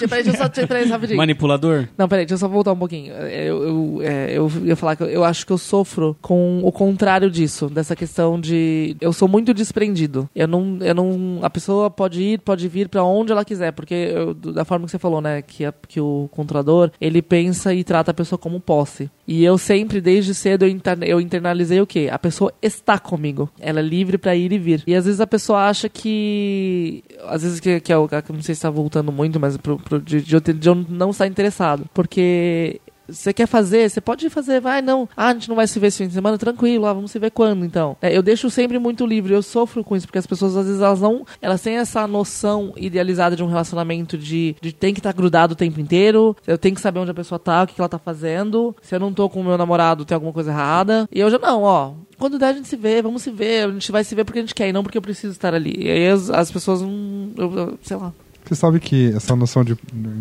Speaker 6: Peraí, deixa eu só deixa eu- peraí, rapidinho.
Speaker 5: manipulador?
Speaker 6: Não, peraí, deixa eu só voltar um pouquinho. Eu, eu, é, eu ia falar que eu, eu acho que eu sofro com o contrário disso, dessa questão de. Eu sou muito desprendido. Eu não. Eu não a pessoa pode ir, pode vir pra onde ela quiser, porque eu- do- da forma que você falou, né? Que, a- que o controlador, ele pensa e trata a pessoa como posse. E eu sempre, desde cedo, eu, inter- eu internalizei o quê? A pessoa está comigo. Ela é livre pra ir e vir. E às vezes a pessoa acha que. Às vezes que, que é o. que- Não sei se tá voltando muito, mas pro, pro- de, de eu ter- de eu não estar interessado. Porque. Você quer fazer? Você pode fazer, vai, não. Ah, a gente não vai se ver esse fim de semana? Tranquilo, ah, vamos se ver quando então? É, eu deixo sempre muito livre, eu sofro com isso, porque as pessoas às vezes elas não. Elas têm essa noção idealizada de um relacionamento de, de tem que estar grudado o tempo inteiro, eu tenho que saber onde a pessoa tá, o que que ela tá fazendo, se eu não tô com o meu namorado, tem alguma coisa errada. E eu já não, ó, quando der, a gente se vê, vamos se ver, a gente vai se ver porque a gente quer e não porque eu preciso estar ali. E aí as, as pessoas não. eu- eu- sei lá.
Speaker 3: Você sabe que essa noção de,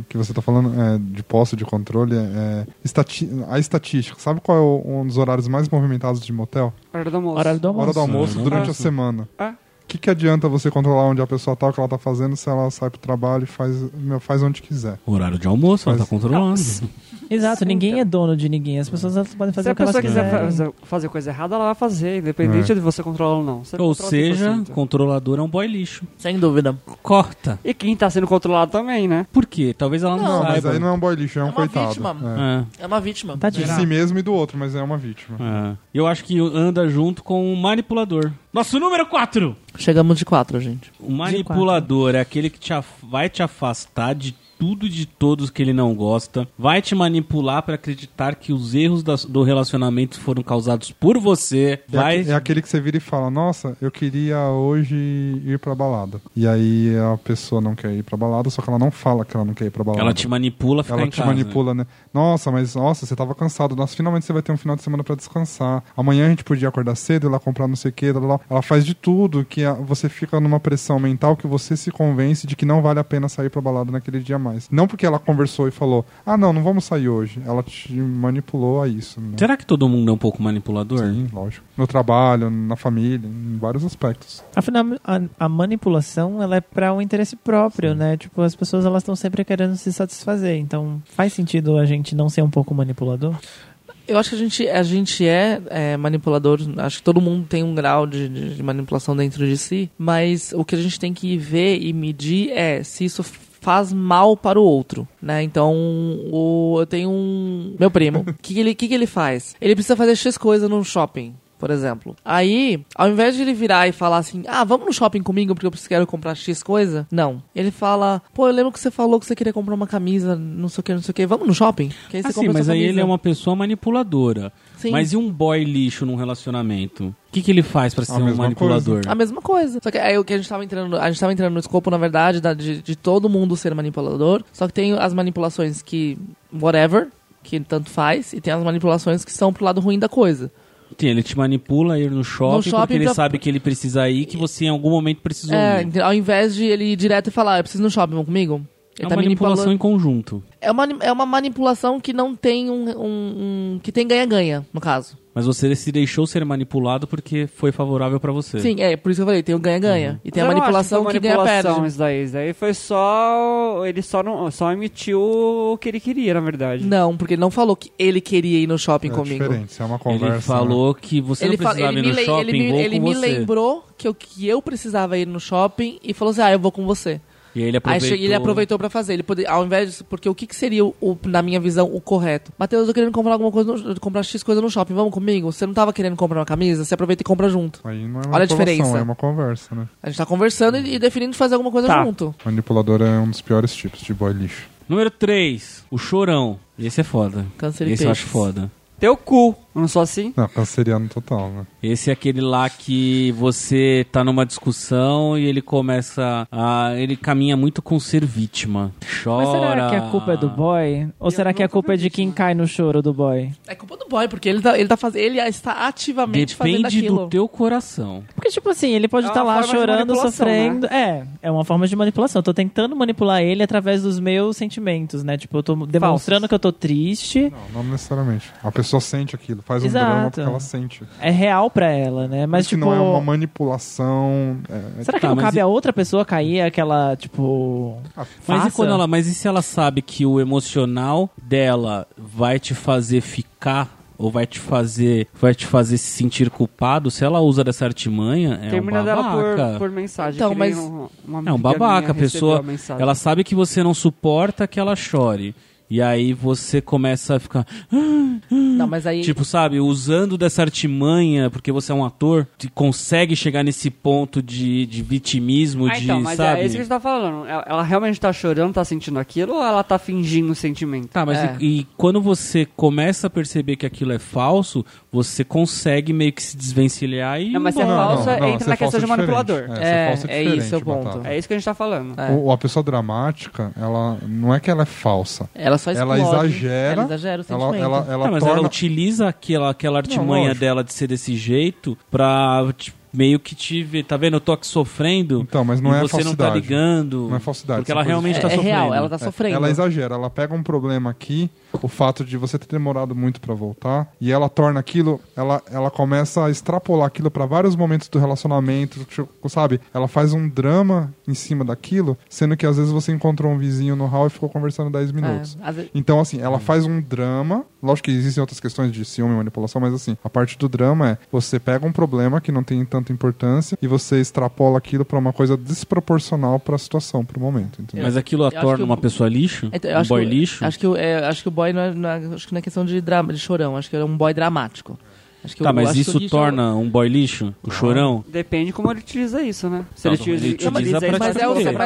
Speaker 3: que você está falando é, de posse, de controle, é, estati a estatística. Sabe qual é o- um dos horários mais movimentados de motel?
Speaker 2: Hora do almoço.
Speaker 4: Horário do almoço.
Speaker 3: Hora do almoço
Speaker 5: não
Speaker 3: durante
Speaker 5: dá.
Speaker 3: a semana. O
Speaker 2: Ah.
Speaker 3: que, que adianta você controlar onde a pessoa tá, o que ela tá fazendo, se ela sai pro trabalho e faz, meu, faz onde quiser?
Speaker 5: Horário de almoço, ela tá
Speaker 3: Mas-
Speaker 5: controlando.
Speaker 4: Exato, ninguém é dono de ninguém. As pessoas elas podem fazer
Speaker 2: então. Se
Speaker 4: o
Speaker 2: a
Speaker 4: que elas
Speaker 2: pessoa quiser
Speaker 4: quiserem.
Speaker 2: fazer, fazer coisa errada, ela vai fazer, independente de você controlar ou não. Você
Speaker 5: É. Ou
Speaker 2: controla
Speaker 5: seja,
Speaker 2: 100%.
Speaker 5: controlador é um boy lixo.
Speaker 6: Sem dúvida.
Speaker 5: Corta.
Speaker 2: E quem tá sendo controlado também, né?
Speaker 5: Por quê? Talvez ela não,
Speaker 3: Não, mas
Speaker 5: saiba.
Speaker 3: aí não é um boy lixo, é um
Speaker 6: É uma
Speaker 3: coitado.
Speaker 6: vítima.
Speaker 3: É.
Speaker 5: É.
Speaker 6: É uma vítima.
Speaker 4: Tadinho.
Speaker 3: De si mesmo e do outro, mas é uma vítima.
Speaker 5: É. Eu acho que anda junto com o manipulador. Nosso número 4!
Speaker 6: Chegamos de quatro, gente.
Speaker 5: O manipulador é aquele que te af- vai te afastar de tudo e de todos que ele não gosta, vai te manipular pra acreditar que os erros das- do relacionamento foram causados por você,
Speaker 3: É,
Speaker 5: vai
Speaker 3: aque- é aquele que você vira e fala, nossa, eu queria hoje ir pra balada. E aí a pessoa não quer ir pra balada, só que ela não fala que ela não quer ir pra balada.
Speaker 5: ela te manipula a ficar
Speaker 3: Ela
Speaker 5: em
Speaker 3: te
Speaker 5: casa.
Speaker 3: manipula, né? Nossa, mas nossa, você tava cansado. Nossa, finalmente você vai ter um final de semana pra descansar. Amanhã a gente podia acordar cedo, ir lá comprar não sei o que. Ela faz de tudo que a- você fica numa pressão mental que você se convence de que não vale a pena sair pra balada naquele dia mais. Não porque ela conversou e falou, ah, não, não vamos sair hoje. Ela te manipulou a isso. Né?
Speaker 5: Será que todo mundo é um pouco manipulador?
Speaker 3: Sim, lógico. No trabalho, na família, em vários aspectos.
Speaker 4: Afinal, a, a manipulação ela é para um interesse próprio, né? Tipo, as pessoas elas estão sempre querendo se satisfazer. Então, faz sentido a gente não ser um pouco manipulador?
Speaker 6: Eu acho que a gente, a gente é, é, manipulador, acho que todo mundo tem um grau de, de- de manipulação dentro de si, mas o que a gente tem que ver e medir é se isso faz mal para o outro, né? Então, o- eu tenho um... Meu primo, o que, que, ele- que que ele faz? Ele precisa fazer X coisa num shopping, por exemplo. Aí, ao invés de ele virar e falar assim, ah, vamos no shopping comigo porque eu preciso- quero comprar X coisa, não. Ele fala, pô, eu lembro que você falou que você queria comprar uma camisa, não sei o que, não sei o que, vamos no shopping? Que aí você
Speaker 5: Ah, sim,
Speaker 6: compra
Speaker 5: mas
Speaker 6: sua
Speaker 5: aí
Speaker 6: camisa.
Speaker 5: ele é uma pessoa manipuladora.
Speaker 6: Sim.
Speaker 5: Mas e um boy lixo num relacionamento? O que, que ele faz pra ser um
Speaker 3: mesma
Speaker 5: manipulador?
Speaker 6: A mesma coisa. Só que aí o que a gente tava entrando, a gente tava entrando no escopo, na verdade, da- de, de todo mundo ser manipulador. Só que tem as manipulações que whatever, que tanto faz, e tem as manipulações que são pro lado ruim da coisa.
Speaker 5: Sim, ele te manipula a ir no shopping,
Speaker 6: shopping
Speaker 5: porque ele
Speaker 6: pra-
Speaker 5: sabe que ele precisa ir, que você em algum momento precisou
Speaker 6: É,
Speaker 5: ir.
Speaker 6: ent- ao invés de ele ir direto e falar, "Ah, eu preciso ir no shopping, vão comigo?
Speaker 5: É
Speaker 6: Ele
Speaker 5: uma
Speaker 6: tá me
Speaker 5: manipulação
Speaker 6: manipulando.
Speaker 5: em conjunto.
Speaker 6: É uma, é uma manipulação que não tem um. um- um- que tem ganha-ganha, no caso.
Speaker 5: Mas você se deixou ser manipulado porque foi favorável pra você.
Speaker 6: Sim, é, por isso que eu falei, tem o ganha-ganha.
Speaker 5: Uhum.
Speaker 6: E tem a
Speaker 2: Mas eu não
Speaker 6: manipulação
Speaker 2: acho
Speaker 6: que,
Speaker 2: foi
Speaker 6: ganha-perde.
Speaker 2: manipulação Isso daí, isso daí foi só. Ele só, não, só emitiu o que ele queria, na verdade.
Speaker 6: Não, porque ele não falou que ele queria ir no shopping
Speaker 3: É
Speaker 6: comigo.
Speaker 3: diferente, isso é uma
Speaker 5: Ele
Speaker 3: conversa. né?
Speaker 5: falou que você não
Speaker 6: fala-
Speaker 5: precisava ir
Speaker 6: me
Speaker 5: no
Speaker 6: lem-
Speaker 5: shopping,
Speaker 6: ele me-
Speaker 5: vou
Speaker 6: ele
Speaker 5: com
Speaker 6: me
Speaker 5: você.
Speaker 6: lembrou que eu, que eu precisava ir no shopping e falou assim: ah, eu vou com você.
Speaker 5: E aí ele
Speaker 6: Aí
Speaker 5: aproveitou.
Speaker 6: cheguei- ele aproveitou pra fazer. Ele poder, ao invés disso, porque o que, que seria, o, o- na minha visão, o correto? Matheus, eu tô querendo comprar alguma coisa, no- comprar X coisa no shopping, vamos comigo? Você não tava querendo comprar uma camisa? Você aproveita e compra junto.
Speaker 3: Aí não é
Speaker 6: Olha a
Speaker 3: manipulação,
Speaker 6: diferença.
Speaker 3: É uma conversa, né?
Speaker 6: A gente tá conversando e, e definindo fazer alguma coisa
Speaker 2: Tá.
Speaker 6: junto.
Speaker 3: Manipulador é um dos piores tipos de boy lixo.
Speaker 5: Número 3, o chorão. Esse é foda.
Speaker 6: Câncer e
Speaker 5: Esse eu
Speaker 6: peixes.
Speaker 5: acho foda.
Speaker 2: Teu cu, eu não sou assim?
Speaker 3: Não, canceriano total, né?
Speaker 5: Esse é aquele lá que você tá numa discussão e ele começa a. Ele caminha muito com ser vítima. Chora.
Speaker 4: Mas será que a culpa é do boy? Ou será que a
Speaker 2: nunca
Speaker 4: culpa é
Speaker 2: vi
Speaker 4: de quem cai no choro do boy?
Speaker 6: É culpa do boy, porque ele, tá, ele, tá faz... ele está ativamente fazendo
Speaker 5: Depende
Speaker 6: aquilo.
Speaker 5: do teu coração.
Speaker 4: Porque, tipo assim, ele pode
Speaker 2: É
Speaker 4: estar
Speaker 2: uma
Speaker 4: lá
Speaker 2: forma de
Speaker 4: chorando,
Speaker 2: manipulação,
Speaker 4: sofrendo. É, é uma forma de manipulação. Eu tô tentando manipular ele através dos meus sentimentos, né? Tipo, eu tô demonstrando que eu tô triste.
Speaker 3: Não, não necessariamente. A pessoa sente aquilo, faz um
Speaker 4: Exato.
Speaker 3: drama porque ela sente.
Speaker 4: É real pra ela, né? Mas,
Speaker 3: Isso
Speaker 4: tipo.
Speaker 3: não é uma manipulação. é-
Speaker 4: Será que
Speaker 5: Tá,
Speaker 4: não
Speaker 5: mas
Speaker 4: cabe
Speaker 5: e-
Speaker 4: a outra pessoa cair aquela, tipo.
Speaker 5: Mas e,
Speaker 4: Faça.
Speaker 5: quando ela, mas e se ela sabe que o emocional dela vai te fazer ficar ou vai te fazer vai te fazer se sentir culpado? Se ela usa dessa artimanha, é
Speaker 2: Termina
Speaker 5: um
Speaker 2: dela
Speaker 5: babaca.
Speaker 2: por, por mensagem.
Speaker 6: Então,
Speaker 2: que
Speaker 6: mas-
Speaker 2: nem um- uma
Speaker 5: É um
Speaker 2: amiga
Speaker 5: babaca,
Speaker 2: minha
Speaker 5: a pessoa.
Speaker 2: recebeu a mensagem.
Speaker 5: ela sabe que você não suporta que ela chore. E aí você começa a ficar, "Ah,
Speaker 6: Não, mas aí.
Speaker 5: tipo, sabe, usando dessa artimanha, porque você é um ator, que consegue chegar nesse ponto de, de vitimismo,
Speaker 2: Ah,
Speaker 5: de,
Speaker 2: então, mas
Speaker 5: sabe?
Speaker 2: é isso que a gente tá falando. Ela, ela realmente tá chorando, tá sentindo aquilo ou ela tá fingindo o sentimento?
Speaker 5: Tá, mas
Speaker 6: É.
Speaker 5: e, e quando você começa a perceber que aquilo é falso, você consegue meio que se desvencilhar e. ir
Speaker 2: Não, mas se é
Speaker 5: embora.
Speaker 2: falso, é- entra
Speaker 3: ser
Speaker 2: na questão
Speaker 3: falso
Speaker 2: de
Speaker 3: diferente.
Speaker 2: manipulador.
Speaker 3: ser
Speaker 6: É,
Speaker 3: falso
Speaker 6: é esse o
Speaker 3: diferente,
Speaker 6: ponto.
Speaker 3: Batata.
Speaker 2: É isso que a gente tá falando.
Speaker 6: É.
Speaker 3: O- a pessoa dramática, ela não é que ela é falsa.
Speaker 6: Ela só
Speaker 3: ela
Speaker 6: explode.
Speaker 3: exagera,
Speaker 6: Ela exagera o
Speaker 3: Ela,
Speaker 6: sentimento.
Speaker 3: ela,
Speaker 5: Tá,
Speaker 3: ela
Speaker 5: mas
Speaker 3: torna.
Speaker 5: ela utiliza aquela, aquela artimanha
Speaker 3: lógico.
Speaker 5: dela de ser desse jeito pra te- meio que te ver. Tá vendo? Eu tô aqui sofrendo.
Speaker 3: Então, mas não
Speaker 5: e
Speaker 3: é
Speaker 5: você não tá
Speaker 3: falsidade.
Speaker 5: ligando.
Speaker 3: Não é falsidade,
Speaker 5: Porque
Speaker 3: são
Speaker 5: ela
Speaker 3: coisas
Speaker 5: realmente
Speaker 6: é,
Speaker 5: tá
Speaker 6: é
Speaker 5: sofrendo.
Speaker 6: real, ela tá
Speaker 3: É,
Speaker 6: sofrendo.
Speaker 3: Ela exagera, ela pega um problema aqui, o fato de você ter demorado muito pra voltar, e ela torna aquilo, ela, ela começa a extrapolar aquilo pra vários momentos do relacionamento, tipo, sabe? Ela faz um drama em cima daquilo, sendo que às vezes você encontrou um vizinho no hall e ficou conversando 10 minutos.
Speaker 6: É, às vezes-
Speaker 3: Então, assim, ela faz um drama. Lógico que existem outras questões de ciúme e manipulação, mas assim, a parte do drama é você pega um problema que não tem tanta importância e você extrapola aquilo pra uma coisa desproporcional pra situação, pro momento, entendeu?
Speaker 5: Mas aquilo a
Speaker 6: acho que
Speaker 5: torna
Speaker 6: eu-
Speaker 5: uma pessoa lixo?
Speaker 6: Então,
Speaker 5: um boy
Speaker 6: que,
Speaker 5: lixo?
Speaker 6: é Acho que, o- é, acho que o boy não é, não é- acho que não é questão de, drama, de chorão, acho que ele é um boy é dramático. Acho que
Speaker 5: Tá,
Speaker 6: eu
Speaker 5: mas
Speaker 6: acho
Speaker 5: isso
Speaker 6: que
Speaker 5: torna um boy lixo? O chorão?
Speaker 2: Depende como ele utiliza isso, né? Se
Speaker 5: Não,
Speaker 2: ele utiliza,
Speaker 5: ele utiliza
Speaker 2: utiliza isso
Speaker 5: pra
Speaker 6: Mas é,
Speaker 5: Pra
Speaker 6: o,
Speaker 2: pra
Speaker 6: mas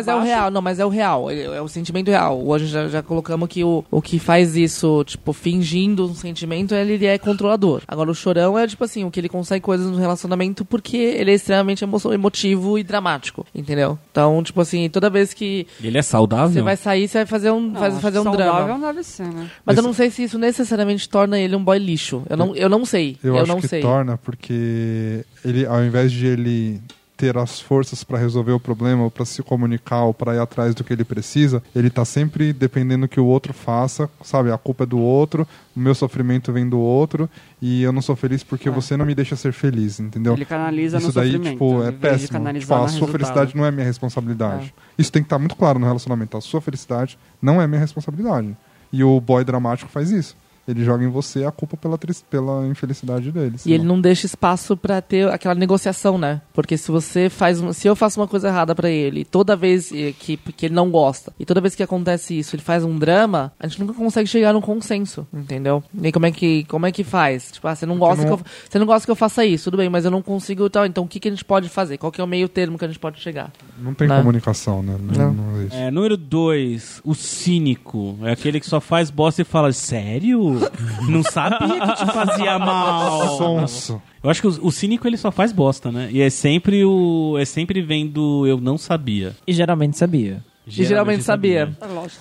Speaker 6: é o
Speaker 2: baixo,
Speaker 6: real, não, mas é o real, é é o sentimento real. Hoje já, já colocamos que o, o que faz isso, tipo, fingindo um sentimento, ele, ele é controlador. Agora, o chorão é, tipo assim, o que ele consegue coisas no relacionamento porque ele é extremamente emo- emotivo e dramático, entendeu? Então, tipo assim, toda vez que
Speaker 5: Ele é saudável?
Speaker 6: você vai sair, você vai fazer um,
Speaker 2: Não,
Speaker 6: faz-
Speaker 2: acho
Speaker 6: fazer um
Speaker 2: saudável
Speaker 6: drama.
Speaker 2: não deve ser, né?
Speaker 6: Mas eu não sei se isso necessariamente torna ele um boy lixo. Eu não, eu não sei.
Speaker 3: Eu,
Speaker 6: Eu,
Speaker 3: acho
Speaker 6: não
Speaker 3: que
Speaker 6: sei.
Speaker 3: torna, porque ele, ao invés de ele ter as forças para resolver o problema, ou para se comunicar, ou para ir atrás do que ele precisa, ele tá sempre dependendo que o outro faça, sabe? A culpa é do outro, o meu sofrimento vem do outro, e eu não sou feliz
Speaker 6: É.
Speaker 3: porque você não me deixa ser feliz, entendeu?
Speaker 2: Ele canaliza
Speaker 3: Isso
Speaker 2: no
Speaker 3: daí,
Speaker 2: sofrimento.
Speaker 3: tipo, é
Speaker 2: em vez de
Speaker 3: péssimo. Tipo,
Speaker 2: né? canalizar
Speaker 3: a
Speaker 2: no
Speaker 3: sua
Speaker 2: resultado. É.
Speaker 3: felicidade não é minha responsabilidade. Isso tem que estar muito claro no relacionamento. A sua felicidade não é minha responsabilidade. E o boy dramático faz isso. Ele joga em você a culpa pela, tris- pela infelicidade dele.
Speaker 6: E ele não deixa espaço pra ter aquela negociação, né? Porque se você faz, um- se eu faço uma coisa errada pra ele, toda vez eh, que porque ele não gosta, e toda vez que acontece isso, ele faz um drama, a gente nunca consegue chegar num consenso, entendeu? E como é que como é que faz? Tipo, ah, você não gosta
Speaker 3: não-
Speaker 6: que eu, você não gosta que eu faça isso, tudo bem, mas eu não consigo tal, então o que que a gente pode fazer? Qual que é o meio termo que a gente pode chegar?
Speaker 3: Não tem
Speaker 6: Né?
Speaker 3: comunicação, né? Não,
Speaker 6: Não.
Speaker 3: não existe.
Speaker 5: É, número 2, o cínico. É aquele que só faz bosta e fala, sério? Não sabia que te fazia mal.
Speaker 2: um
Speaker 3: Sonso.
Speaker 5: Eu acho que o, o cínico ele só faz bosta, né? E é sempre o. É sempre vem do eu não sabia. é
Speaker 4: E geralmente sabia.
Speaker 6: E geralmente sabia.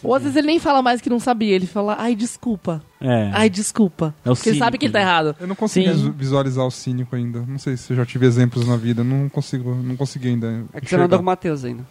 Speaker 6: Ou às vezes ele nem fala mais que não sabia, ele fala: "Ai, desculpa.
Speaker 5: É.
Speaker 6: Ai, desculpa".
Speaker 5: É o
Speaker 6: Porque ele sabe
Speaker 5: cínico,
Speaker 6: que ele tá
Speaker 5: né?
Speaker 6: errado.
Speaker 3: Eu não consigo
Speaker 4: Sim.
Speaker 3: visu- visualizar o cínico ainda. Não sei se eu já tive exemplos na vida. Não consigo, não consegui ainda.
Speaker 2: É que você não andou
Speaker 3: enxergar.
Speaker 2: com o Matheus ainda.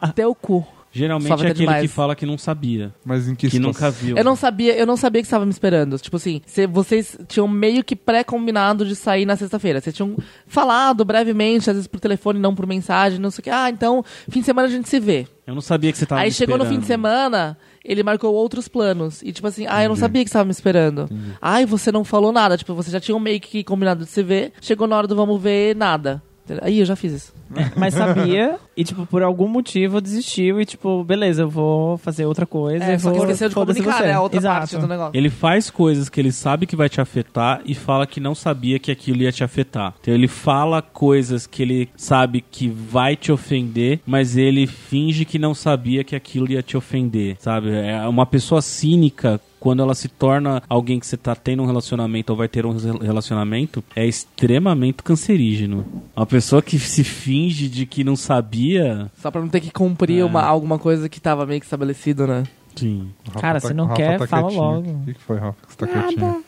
Speaker 6: Até o cu.
Speaker 5: Geralmente
Speaker 6: Só vai
Speaker 5: é
Speaker 6: ter
Speaker 5: aquele
Speaker 6: demais.
Speaker 5: que fala que não sabia.
Speaker 3: Mas em que,
Speaker 5: Que,
Speaker 3: situação?
Speaker 5: nunca viu.
Speaker 6: Eu não sabia, eu não sabia que estava me esperando. Tipo assim, cê- vocês tinham meio que pré-combinado de sair na sexta-feira. Vocês tinham falado brevemente, às vezes por telefone, não por mensagem, não sei o que. Ah, então, fim de semana a gente se vê.
Speaker 5: Eu não sabia que você tava
Speaker 6: Aí
Speaker 5: me
Speaker 6: chegou no fim
Speaker 5: esperando.
Speaker 6: de semana, ele marcou outros planos. E tipo assim, ah, eu não sabia que você estava me esperando. Ai, você não falou nada. Tipo, vocês já tinham meio que combinado de se ver. Chegou na hora do vamos ver, nada. Aí eu já fiz isso.
Speaker 4: É, mas sabia e, tipo, por algum motivo desistiu e, tipo, beleza, eu vou fazer outra coisa.
Speaker 6: É,
Speaker 4: eu
Speaker 6: só que
Speaker 4: vou-
Speaker 6: esqueceu de
Speaker 4: foda-se
Speaker 6: comunicar,
Speaker 4: você.
Speaker 6: né? A outra
Speaker 4: Exato.
Speaker 6: parte do negócio.
Speaker 5: Ele faz coisas que ele sabe que vai te afetar e fala que não sabia que aquilo ia te afetar. Então ele fala coisas que ele sabe que vai te ofender, mas ele finge que não sabia que aquilo ia te ofender, sabe? É uma pessoa cínica. Quando ela se torna alguém que você tá tendo um relacionamento ou vai ter um re- relacionamento, é extremamente cancerígeno. Uma pessoa que se finge de que não sabia.
Speaker 6: Só pra não ter que cumprir
Speaker 5: É.
Speaker 6: uma, alguma coisa que tava meio que estabelecido, né?
Speaker 5: Sim.
Speaker 3: O Rafa
Speaker 4: Cara,
Speaker 3: tá-
Speaker 4: se não
Speaker 3: o Rafa
Speaker 4: quer,
Speaker 3: tá
Speaker 4: fala
Speaker 3: quietinho.
Speaker 4: logo.
Speaker 3: O que que foi, Rafa? que Você tá quietinho.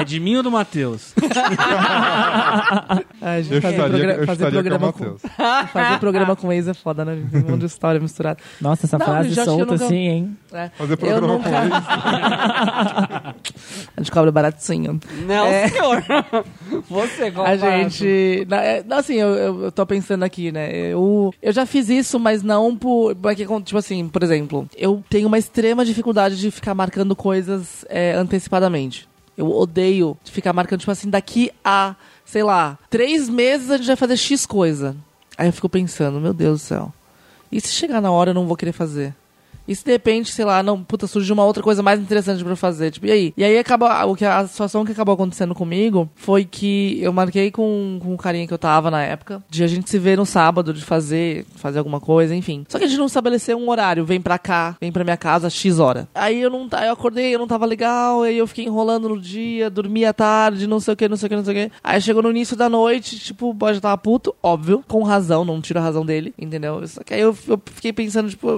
Speaker 5: É de mim ou do Matheus?
Speaker 6: Ai,
Speaker 3: Eu
Speaker 6: fazer
Speaker 3: chutaria,
Speaker 6: progra-
Speaker 3: eu
Speaker 6: fazer
Speaker 3: chutaria que é o
Speaker 6: programa com-
Speaker 3: Matheus.
Speaker 6: Fazer programa com ex é foda, né? gente? Tem Um monte de história misturada.
Speaker 4: Nossa, essa
Speaker 6: Não,
Speaker 4: frase
Speaker 6: gente, acho que eu
Speaker 4: solta
Speaker 6: nunca-
Speaker 4: assim, hein?
Speaker 6: É.
Speaker 3: Fazer
Speaker 6: Eu
Speaker 3: programa com ele.
Speaker 6: nunca... A gente cobra baratinho.
Speaker 2: Não, senhor. Você
Speaker 6: A
Speaker 2: comparado.
Speaker 6: gente... na- é, não, Assim, eu, eu, eu tô pensando aqui, né? Eu, eu já fiz isso, mas não por... porque, Tipo assim, por exemplo, eu tenho uma extrema dificuldade de ficar marcando coisas é, antecipadamente. Eu odeio ficar marcando, tipo assim, daqui a, sei lá, três meses a gente vai fazer X coisa. Aí eu fico pensando, meu Deus do céu. E se chegar na hora eu não vou querer fazer? E se de repente, sei lá, não, puta, surgiu uma outra coisa mais interessante pra eu fazer, tipo, e aí? E aí acaba, o que, a situação que acabou acontecendo comigo foi que eu marquei com, com o carinha que eu tava na época, de a gente se ver no sábado, de fazer, fazer alguma coisa, enfim. Só que a gente não estabeleceu um horário, vem pra cá, vem pra minha casa, X hora. Aí eu não, ta- eu acordei, eu não tava legal, aí eu fiquei enrolando no dia, dormi à tarde, não sei o que, não sei o que, não sei o que. Aí chegou no início da noite, tipo, o boy já tava puto, óbvio, com razão, não tiro a razão dele, entendeu? Só que aí eu, eu fiquei pensando, tipo,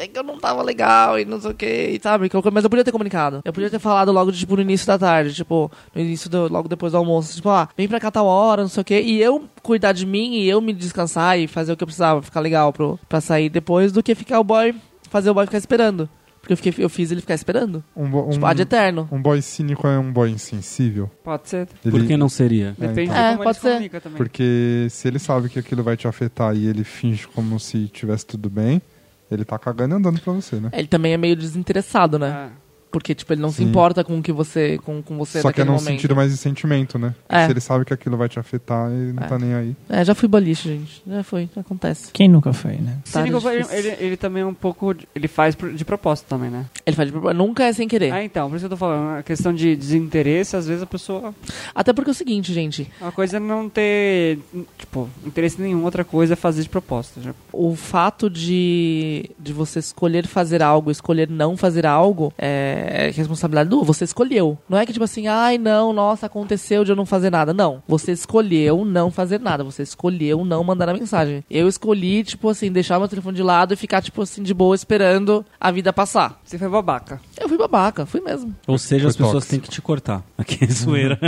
Speaker 6: é que eu não tava legal e não sei o que, sabe? Que eu- Mas eu podia ter comunicado. Eu podia ter falado logo, tipo, no início da tarde, tipo, no início do, logo depois do almoço, tipo, ah, vem pra cá tal hora, não sei o que. E eu cuidar de mim e eu me descansar e fazer o que eu precisava, ficar legal pro, pra sair depois, do que ficar o boy, fazer o boy ficar esperando. Porque eu, fiquei, eu fiz ele ficar esperando.
Speaker 3: Um, bo- um,
Speaker 6: Tipo, ah, de eterno.
Speaker 3: um boy cínico é um boy insensível.
Speaker 2: Pode ser.
Speaker 3: Ele-
Speaker 5: Por que não seria?
Speaker 2: Depende
Speaker 6: É,
Speaker 2: de como
Speaker 6: pode
Speaker 2: ele
Speaker 6: ser.
Speaker 2: comunica também.
Speaker 3: É, então. Porque se ele sabe que aquilo vai te afetar e ele finge como se tivesse tudo bem, ele tá cagando e andando pra você, né?
Speaker 6: Ele também é meio desinteressado, né?
Speaker 2: É.
Speaker 6: Porque, tipo, ele não se
Speaker 3: Sim.
Speaker 6: importa com o que você. com, com você
Speaker 3: Só que é
Speaker 6: naquele
Speaker 3: num
Speaker 6: momento.
Speaker 3: sentido mais de sentimento, né?
Speaker 6: É.
Speaker 3: Se ele sabe que aquilo vai te afetar, ele não
Speaker 6: É.
Speaker 3: tá nem aí.
Speaker 6: É, já fui boliche, gente. Já foi, acontece.
Speaker 4: Quem nunca foi, né?
Speaker 2: Se
Speaker 6: Tá,
Speaker 2: liga,
Speaker 6: é
Speaker 2: ele,
Speaker 6: difícil.
Speaker 2: ele, ele também é um pouco. de- Ele faz pro- de propósito também, né?
Speaker 6: Ele faz de propósito. Nunca é sem querer.
Speaker 2: Ah, então, por isso que eu tô falando. A questão de desinteresse, às vezes a pessoa.
Speaker 6: Até porque é o seguinte, gente.
Speaker 2: Uma coisa é não ter, tipo, interesse nenhum, outra coisa é fazer de propósito. já.
Speaker 6: o fato de, de você escolher fazer algo, escolher não fazer algo, é responsabilidade do você escolheu. Não é que tipo assim, ai não, nossa, aconteceu de eu não fazer nada. Não, você escolheu não fazer nada, você escolheu não mandar a mensagem. Eu escolhi, tipo assim, deixar meu telefone de lado e ficar, tipo assim, de boa esperando a vida passar.
Speaker 2: Você foi babaca.
Speaker 6: Eu fui babaca, fui mesmo.
Speaker 5: Ou seja,
Speaker 3: Foi
Speaker 5: as pessoas
Speaker 3: tóxico.
Speaker 5: têm que te cortar. Aqui é zoeira.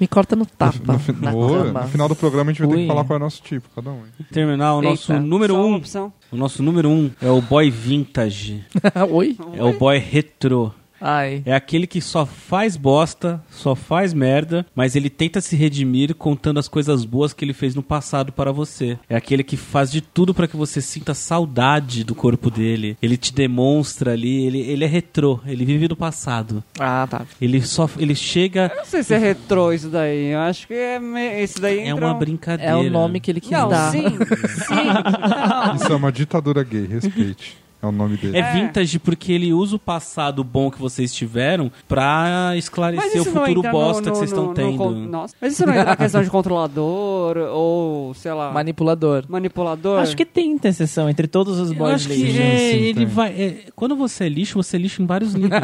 Speaker 6: Me corta no tapa.
Speaker 3: No, fi-
Speaker 6: na
Speaker 3: no-
Speaker 6: cama.
Speaker 3: no final do programa a gente vai ter
Speaker 4: Ui.
Speaker 3: que falar qual é o nosso tipo, cada um. hein?
Speaker 5: Terminar o nosso
Speaker 6: Eita,
Speaker 5: número
Speaker 2: Só uma
Speaker 5: um.
Speaker 2: opção.
Speaker 5: O nosso número um é o boy vintage.
Speaker 6: Oi?
Speaker 5: É o boy retrô.
Speaker 6: Ai.
Speaker 5: É aquele que só faz bosta, só faz merda, mas ele tenta se redimir contando as coisas boas que ele fez no passado para você. É aquele que faz de tudo para que você sinta saudade do corpo dele. Ele te demonstra ali, ele, ele é retrô, ele vive do passado.
Speaker 6: Ah, tá.
Speaker 5: Ele só ele chega
Speaker 2: Não sei se é retrô isso daí. Eu acho que é me- esse daí
Speaker 5: é
Speaker 2: entra
Speaker 5: uma
Speaker 2: um-
Speaker 5: brincadeira.
Speaker 6: É o nome que ele quis
Speaker 2: Não,
Speaker 6: dar.
Speaker 2: sim, sim.
Speaker 3: Isso é uma ditadura gay, respeite. É o nome dele.
Speaker 5: É vintage porque ele usa o passado bom que vocês tiveram pra esclarecer o
Speaker 2: não
Speaker 5: futuro
Speaker 2: entra no-
Speaker 5: bosta
Speaker 2: no-
Speaker 5: que vocês
Speaker 2: no-
Speaker 5: estão
Speaker 2: no
Speaker 5: tendo.
Speaker 2: con- Nossa. Mas isso não entra na questão de controlador ou, sei lá,
Speaker 6: Manipulador.
Speaker 2: manipulador?
Speaker 4: Acho que tem interseção entre todos os
Speaker 5: Eu
Speaker 4: boys né?
Speaker 5: acho que
Speaker 4: lixo.
Speaker 5: é,
Speaker 3: sim,
Speaker 5: ele
Speaker 3: tem.
Speaker 5: vai. é, quando você é lixo, você é lixo em vários níveis.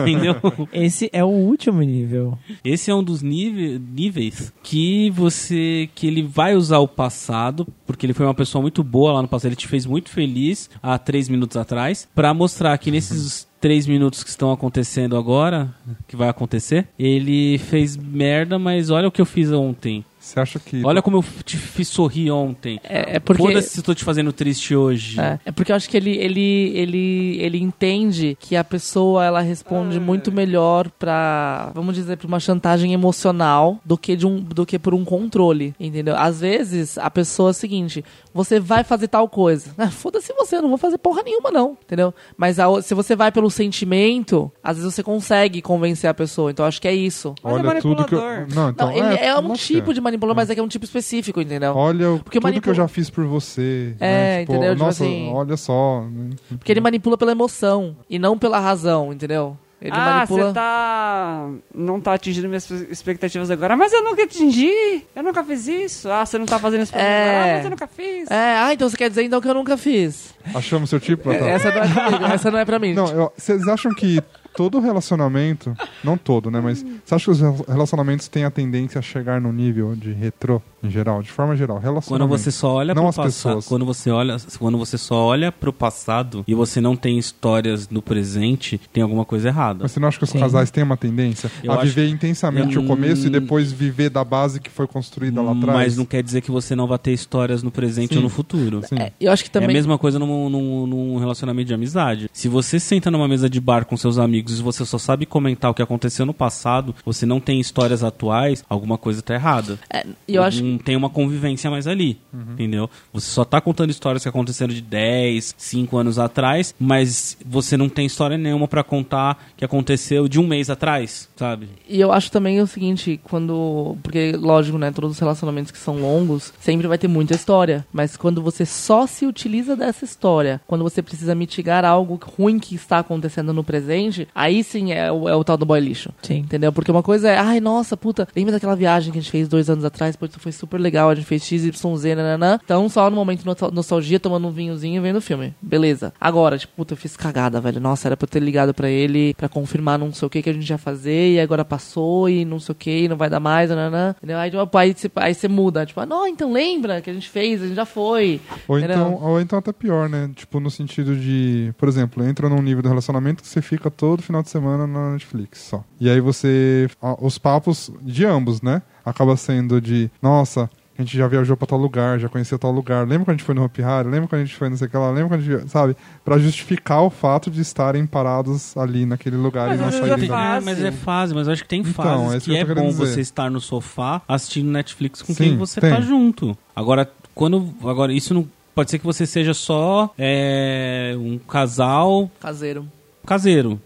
Speaker 5: entendeu?
Speaker 4: Esse é o último nível.
Speaker 5: Esse é um dos níve- níveis que você. que ele vai usar o passado, porque ele foi uma pessoa muito boa lá no passado, ele te fez muito feliz há três minutos atrás, pra mostrar que nesses.
Speaker 6: Uhum.
Speaker 5: Três minutos que estão acontecendo agora, que vai acontecer, ele fez merda, mas olha o que eu fiz ontem.
Speaker 3: Você acha que.
Speaker 5: Olha como eu f- te fiz sorrir ontem.
Speaker 6: É, é porque.
Speaker 5: Foda-se se eu tô te fazendo triste hoje.
Speaker 6: É, é porque eu acho que ele, ele, ele, ele entende que a pessoa ela responde muito melhor pra, vamos dizer, pra uma chantagem emocional do que, de um, do que por um controle, entendeu? Às vezes a pessoa é o seguinte: você vai fazer tal coisa. Ah, Foda-se você, eu não vou fazer porra nenhuma, não, entendeu? Mas a o- se você vai pelo sentimento, às vezes você consegue convencer a pessoa. Então eu acho que é isso.
Speaker 2: Mas é
Speaker 3: Olha tudo que eu.
Speaker 2: manipulador.
Speaker 3: Não, então,
Speaker 6: Não, ele é, um
Speaker 3: nossa.
Speaker 6: tipo de manipulador, mas é que é um tipo específico, entendeu?
Speaker 3: Olha o- tudo
Speaker 6: Porque
Speaker 3: que
Speaker 6: manipula-
Speaker 3: eu já fiz por você.
Speaker 6: É,
Speaker 3: né? Tipo,
Speaker 6: entendeu? Tipo
Speaker 3: Nossa,
Speaker 6: assim-
Speaker 3: olha só. né?
Speaker 6: Porque ele manipula pela emoção e não pela razão, entendeu? Ele
Speaker 2: ah, você
Speaker 6: manipula.
Speaker 2: tá. Não tá atingindo minhas expectativas agora. Mas eu nunca atingi! Eu nunca fiz isso! Ah, você não tá fazendo isso pra mim.
Speaker 6: É.
Speaker 2: Ah, mas eu nunca fiz!
Speaker 6: É, ah, então você quer dizer então que eu nunca fiz.
Speaker 3: Achamos seu tipo, Natal?
Speaker 6: Essa não é comigo, essa não é pra mim.
Speaker 3: Não, eu- vocês acham que todo relacionamento, não todo, né? Mas você acha que os rel- relacionamentos têm a tendência a chegar no nível de retrô, em geral, de forma geral?
Speaker 5: Quando
Speaker 3: Relacionamento.
Speaker 5: você só olha
Speaker 3: Não
Speaker 5: pro
Speaker 3: as
Speaker 5: passado,
Speaker 3: pessoas.
Speaker 5: quando você olha, quando você só olha pro passado e você não tem histórias no presente, tem alguma coisa errada.
Speaker 3: Mas você não acha que os
Speaker 4: Sim.
Speaker 3: casais têm uma tendência
Speaker 5: Eu
Speaker 3: a
Speaker 5: acho-
Speaker 3: viver intensamente
Speaker 5: Eu-
Speaker 3: o começo e
Speaker 5: Hum.
Speaker 3: depois viver da base que foi construída lá atrás?
Speaker 5: Mas não quer dizer que você não vai ter histórias no presente
Speaker 3: Sim.
Speaker 5: ou no futuro.
Speaker 3: Sim.
Speaker 6: É, eu acho que também.
Speaker 5: É a mesma coisa num, num- num relacionamento de amizade. Se você senta numa mesa de bar com seus amigos e você só sabe comentar o que aconteceu no passado, você não tem histórias atuais, alguma coisa tá errada.
Speaker 6: é, eu acho
Speaker 5: Não um tem uma convivência mais ali,
Speaker 3: Uhum.
Speaker 5: entendeu? Você só tá contando histórias que aconteceram de 10, 5 anos atrás, mas você não tem história nenhuma pra contar que aconteceu de um mês atrás, sabe?
Speaker 6: E eu acho também o seguinte, quando. Porque, lógico, né? Todos os relacionamentos que são longos, sempre vai ter muita história. Mas quando você só se utiliza dessa história, quando você precisa mitigar algo ruim que está acontecendo no presente, aí sim é o, é o tal do boy lixo.
Speaker 4: Sim.
Speaker 6: Entendeu? Porque uma coisa é, ai, nossa, puta, lembra daquela viagem que a gente fez dois anos atrás, pô, isso foi super legal, a gente fez XYZ, nananã. Então, só no momento de nostalgia, tomando um vinhozinho e vendo o filme. Beleza. Agora, tipo, puta, eu fiz cagada, velho. Nossa, era pra eu ter ligado pra ele pra confirmar não sei o que que a gente ia fazer, e agora passou, e não sei o que, e não vai dar mais, nananã. Entendeu? Aí, tipo, aí, você- aí você muda, tipo, ah, não, então lembra que a gente fez, a gente já foi.
Speaker 3: Ou
Speaker 6: Entendeu?
Speaker 3: então, ou então até pior, né? Tipo, no sentido de, por exemplo, entra num nível do relacionamento que você fica todo final de semana na Netflix só. E aí você. a- Os papos de ambos, né? Acaba sendo de, nossa. A gente já viajou pra tal lugar, já conheceu tal lugar. Lembra quando a gente foi no Hopi Hari? Lembra quando a gente foi não sei o que lá? Lembra quando a gente... Sabe? Pra justificar o fato de estarem parados ali naquele lugar
Speaker 2: Mas
Speaker 3: e não
Speaker 2: às vezes
Speaker 3: saírem
Speaker 2: é
Speaker 3: da...
Speaker 2: fase.
Speaker 5: É, mas é fase, mas eu acho que tem
Speaker 3: Então,
Speaker 5: fases
Speaker 3: é isso que
Speaker 5: que,
Speaker 3: eu
Speaker 5: é
Speaker 3: tô querendo
Speaker 5: bom
Speaker 3: dizer.
Speaker 5: você estar no sofá assistindo Netflix com
Speaker 3: Sim,
Speaker 5: quem você
Speaker 3: tem.
Speaker 5: tá junto. Agora, quando. Agora, isso não. Pode ser que você seja só é, um casal
Speaker 6: Caseiro.
Speaker 5: caseiro.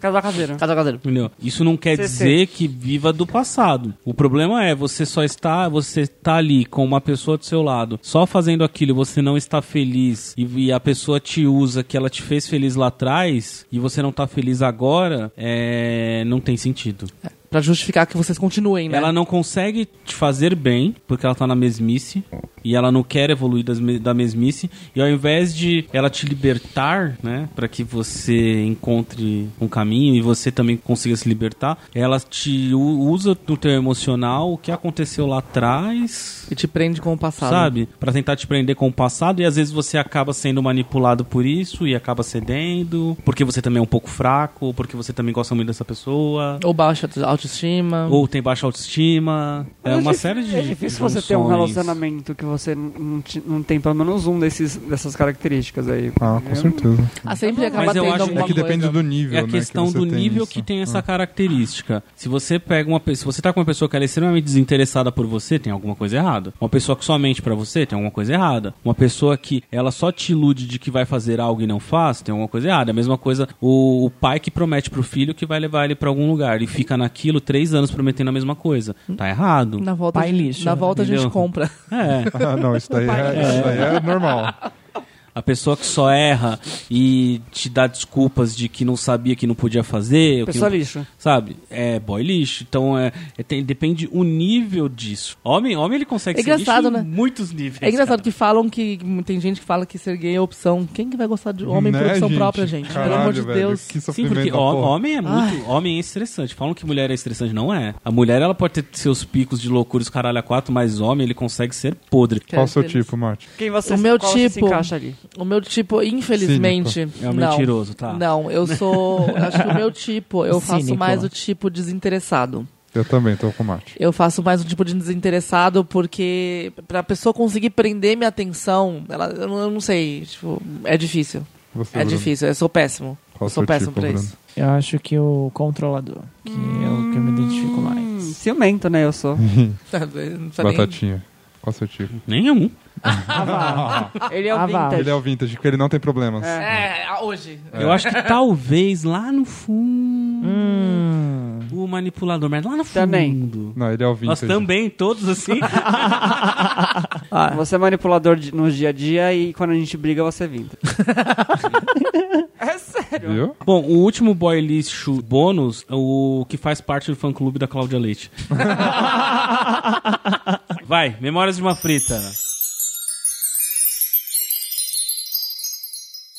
Speaker 2: Casal caseiro.
Speaker 6: Casal caseiro.
Speaker 5: Entendeu? Isso não quer
Speaker 2: Cê
Speaker 5: dizer que viva do passado. O problema é você só está, você está ali com uma pessoa do seu lado, só fazendo aquilo, você não está feliz e, e a pessoa te usa que ela te fez feliz lá atrás e você não está feliz agora, é, não tem sentido.
Speaker 6: É, Pra justificar que vocês continuem, né?
Speaker 5: Ela não consegue te fazer bem, porque ela tá na mesmice, e ela não quer evoluir das me- da mesmice, e ao invés de ela te libertar, né, para que você encontre um caminho e você também consiga se libertar, ela te u- usa no teu emocional o que aconteceu lá atrás,
Speaker 6: E te prende com o passado.
Speaker 5: sabe? Pra tentar te prender com o passado, e às vezes você acaba sendo manipulado por isso e acaba cedendo, porque você também é um pouco fraco, porque você também gosta muito dessa pessoa.
Speaker 6: Ou baixa auto- autoestima.
Speaker 5: Ou tem baixa autoestima. É
Speaker 2: Mas
Speaker 5: uma
Speaker 2: dif-
Speaker 5: série de.
Speaker 2: É difícil você
Speaker 5: junções.
Speaker 2: ter um relacionamento que você n- não, ti- não tem pelo menos um desses, dessas características aí.
Speaker 3: Ah, com certeza.
Speaker 6: Ah, sempre acaba
Speaker 5: Mas eu
Speaker 6: tendo
Speaker 5: acho-
Speaker 6: alguma
Speaker 3: É que depende
Speaker 6: coisa.
Speaker 3: do nível,
Speaker 5: É a
Speaker 3: né,
Speaker 5: questão
Speaker 3: você
Speaker 5: do
Speaker 3: tem
Speaker 5: nível
Speaker 3: isso.
Speaker 5: que tem essa característica. Se você pega uma pessoa, se você tá com uma pessoa que ela é extremamente desinteressada por você, tem alguma coisa errada. Uma pessoa que só mente pra você, tem alguma coisa errada. Uma pessoa que ela só te ilude de que vai fazer algo e não faz, tem alguma coisa errada. É A mesma coisa o, o pai que promete pro filho que vai levar ele pra algum lugar e fica naquilo três anos prometendo a mesma coisa. Tá errado.
Speaker 6: Na volta,
Speaker 4: Pai
Speaker 6: a gente-
Speaker 4: lixo,
Speaker 6: na volta a gente
Speaker 5: entendeu?
Speaker 6: compra.
Speaker 5: É.
Speaker 3: Ah, não, isso daí, é, isso daí é normal.
Speaker 5: A pessoa que só erra e te dá desculpas de que não sabia que não podia fazer. ou que
Speaker 2: Pessoa
Speaker 5: não-
Speaker 2: lixo.
Speaker 5: Sabe? É boy lixo. Então é, é tem- depende o nível disso. Homem, homem ele consegue
Speaker 6: É
Speaker 5: ser lixo
Speaker 6: engraçado,
Speaker 5: em
Speaker 6: né?
Speaker 5: muitos níveis.
Speaker 6: É engraçado
Speaker 5: cara.
Speaker 6: que falam que. Tem gente que fala que ser gay é opção. Quem que vai gostar de homem
Speaker 3: Né,
Speaker 6: por opção própria, gente? Pelo amor
Speaker 3: Caralho,
Speaker 6: de
Speaker 3: velho,
Speaker 6: Deus.
Speaker 3: Que
Speaker 5: Sim,
Speaker 3: sofrimento
Speaker 5: porque
Speaker 3: da
Speaker 5: ho-
Speaker 3: porra.
Speaker 5: homem é muito. Homem é estressante. Falam que mulher é estressante, não é. A mulher ela pode ter seus picos de loucura, os caralho a quatro, mas homem ele consegue ser podre.
Speaker 3: Qual o seu
Speaker 6: Quero
Speaker 3: tipo, Mate?
Speaker 2: Quem você,
Speaker 6: O meu
Speaker 2: qual você se
Speaker 6: tipo-
Speaker 2: encaixa ali?
Speaker 6: O meu tipo, infelizmente.
Speaker 5: É um
Speaker 6: não.
Speaker 5: mentiroso, tá?
Speaker 6: Não, eu sou. eu Acho que o meu tipo, eu faço
Speaker 4: Cínico.
Speaker 6: mais o tipo desinteressado.
Speaker 3: Eu também tô com o Mate.
Speaker 6: Eu faço mais um tipo de desinteressado porque pra pessoa conseguir prender minha atenção, ela, eu, não, eu não sei, tipo, é difícil.
Speaker 3: Você,
Speaker 6: É
Speaker 3: Bruno.
Speaker 6: difícil, eu sou péssimo.
Speaker 3: Qual
Speaker 6: eu
Speaker 3: o
Speaker 6: sou
Speaker 3: seu
Speaker 6: péssimo
Speaker 3: tipo,
Speaker 6: pra
Speaker 3: Bruno?
Speaker 6: isso.
Speaker 4: Eu acho que o controlador, que é o que eu me
Speaker 2: Hum,
Speaker 4: identifico mais.
Speaker 2: Ciumento, né? Eu sou.
Speaker 6: Não precisa nem-
Speaker 3: Batatinha. Qual o seu tipo?
Speaker 5: Nenhum.
Speaker 2: Ele é o
Speaker 4: Ah, vá.
Speaker 2: vintage.
Speaker 3: Ele é o vintage, porque ele não tem problemas.
Speaker 6: É, a- hoje.
Speaker 5: Eu acho que talvez lá no fundo.
Speaker 4: Hum.
Speaker 5: O manipulador, mas lá no fundo.
Speaker 2: Também.
Speaker 3: Não, ele é o
Speaker 5: Nós
Speaker 3: vintage.
Speaker 5: também, todos assim.
Speaker 2: Você é manipulador de- no dia a dia e quando a gente briga você é vintage. é sério.
Speaker 3: Viu?
Speaker 5: Bom, o último boy lixo bônus é o que faz parte do fã clube da Cláudia Leite. Vai, memórias de uma frita.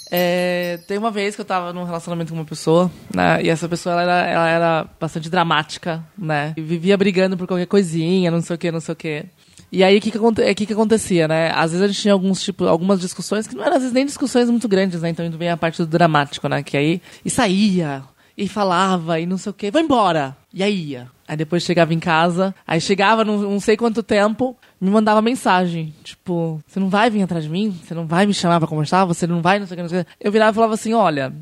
Speaker 6: É, tem uma vez que eu tava num relacionamento com uma pessoa, né? E essa pessoa ela era, ela era bastante dramática, né? E vivia brigando por qualquer coisinha, não sei o que, não sei o que. E aí, o que que, aconte- é, o que que acontecia, né? Às vezes a gente tinha alguns, tipo, algumas discussões que não eram, às vezes, nem discussões muito grandes, né? Então, indo bem a parte do dramático, né? Que aí, e saía, e falava, e não sei o que, vai embora! E aí ia. Aí depois chegava em casa, aí chegava não, não sei quanto tempo, me mandava mensagem. Tipo, você não vai vir atrás de mim? Você não vai me chamar pra conversar? Você não vai, não sei o que, não sei o que. Eu virava e falava assim, olha,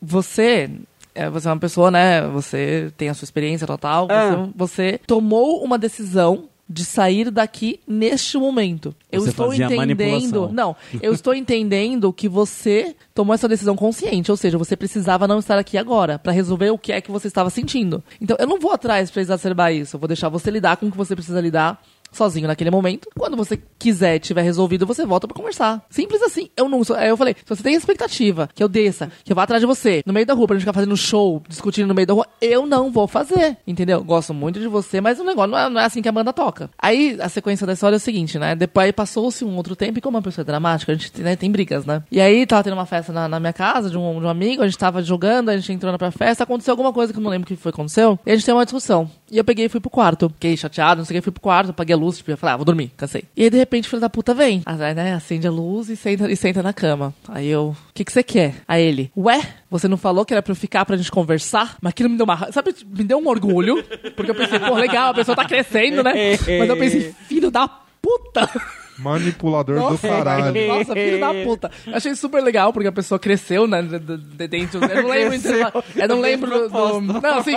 Speaker 6: você. é, Você é uma pessoa, né? Você tem a sua experiência total.
Speaker 2: Ah.
Speaker 6: Você, você tomou uma decisão de sair daqui neste momento. Eu
Speaker 5: Você
Speaker 6: estou
Speaker 5: fazia a
Speaker 6: entendendo.
Speaker 5: manipulação.
Speaker 6: Não, eu estou entendendo que você tomou essa decisão consciente, ou seja, você precisava não estar aqui agora pra resolver o que é que você estava sentindo. Então, eu não vou atrás pra exacerbar isso, eu vou deixar você lidar com o que você precisa lidar sozinho naquele momento. Quando você quiser, e tiver resolvido, você volta pra conversar. Simples assim. Eu não, sou- aí eu falei, se você tem expectativa que eu desça, que eu vá atrás de você, no meio da rua pra gente ficar fazendo show, discutindo no meio da rua, eu não vou fazer, entendeu? Gosto muito de você, mas o negócio não é, não é assim que a banda toca. Aí a sequência da história é o seguinte, né? Depois aí passou-se um outro tempo, e como uma pessoa é dramática, a gente né, tem brigas, né? E aí tava tendo uma festa na, na minha casa de um, de um amigo, a gente tava jogando, a gente entrou na pra festa, aconteceu alguma coisa que eu não lembro o que foi que aconteceu, e a gente teve uma discussão. E eu peguei e fui pro quarto. Fiquei chateado, não sei o que, fui pro quarto, apaguei a luz, tipo, eu falei, ah, vou dormir, cansei. E aí, de repente, o filho da puta vem. Ah, né, acende a luz e senta, e senta na cama. Aí eu, o que que você quer? Aí ele, ué, você não falou que era pra eu ficar pra gente conversar? Mas aquilo me deu uma, ra- sabe, me deu um orgulho, porque eu pensei, pô, legal, a pessoa tá crescendo, né? Mas eu pensei, filho da puta!
Speaker 3: Manipulador do caralho.
Speaker 6: Nossa, é. filho da puta. Eu Achei super legal, porque a pessoa cresceu, né? d- d- d- Dentro. Eu não lembro. inteiro- eu não lembro do. do- Não, assim.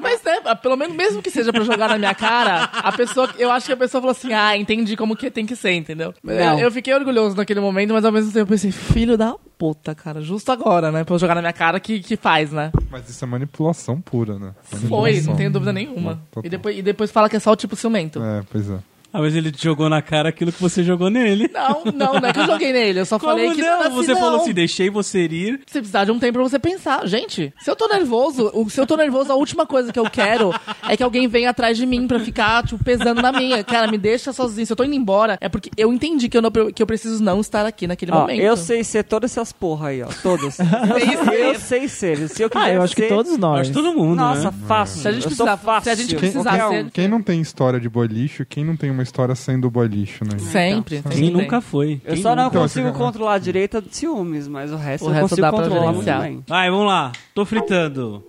Speaker 6: Mas, né, pelo menos, mesmo que seja pra jogar na minha cara, a pessoa. Eu acho que a pessoa falou assim:
Speaker 5: É,
Speaker 6: ah, entendi como que tem que ser, entendeu? Eu, eu fiquei orgulhoso naquele momento, mas ao mesmo tempo eu pensei: filho da puta, cara. Justo agora, né? Pra eu jogar na minha cara que, que faz, né?
Speaker 3: Mas isso é manipulação pura, né?
Speaker 6: Foi,
Speaker 3: Manipulação.
Speaker 6: não tenho dúvida nenhuma.
Speaker 3: Total.
Speaker 6: E depois, e depois fala que é só o tipo ciumento.
Speaker 3: É, pois é.
Speaker 5: Ah, mas ele te jogou na cara aquilo que você jogou nele.
Speaker 6: Não, não, não é que eu joguei nele. Eu só falei
Speaker 5: Como
Speaker 6: que
Speaker 5: não?
Speaker 6: era
Speaker 5: você
Speaker 6: não.
Speaker 5: falou assim, deixei você ir.
Speaker 6: Você precisa de um tempo pra você pensar. Gente, se eu tô nervoso, o- se eu tô nervoso, a última coisa que eu quero é que alguém venha atrás de mim pra ficar, tipo, pesando na minha. Cara, me deixa sozinho. Se eu tô indo embora, é porque eu entendi que eu, não, que eu preciso não estar aqui naquele
Speaker 2: Ó,
Speaker 6: momento. É
Speaker 2: eu sei ser todas essas porra aí, ó. Todas. eu sei ser. Se eu quiser
Speaker 4: Ah, eu acho que
Speaker 2: ser-
Speaker 4: todos nós.
Speaker 5: Acho que todo mundo,
Speaker 2: Nossa,
Speaker 5: né?
Speaker 2: fácil.
Speaker 6: né? Se a gente
Speaker 2: eu sou
Speaker 6: precisar-
Speaker 2: fácil. um.
Speaker 6: se a gente
Speaker 3: Quem,
Speaker 6: precisar
Speaker 3: quem-
Speaker 6: ser-
Speaker 3: quem não tem história de boy lixo, quem não tem uma história sendo boy lixo, né?
Speaker 6: Sempre. sempre.
Speaker 5: Quem nunca foi?
Speaker 2: Eu
Speaker 5: Quem
Speaker 2: só não
Speaker 5: nunca?
Speaker 3: Então,
Speaker 2: consigo
Speaker 3: assim,
Speaker 2: controlar a direita de ciúmes, mas o resto
Speaker 6: O
Speaker 2: eu
Speaker 6: resto
Speaker 2: consigo
Speaker 6: dá pra
Speaker 2: controlar muito
Speaker 6: gerenciar.
Speaker 2: bem.
Speaker 5: Vai, vamos lá. Tô fritando.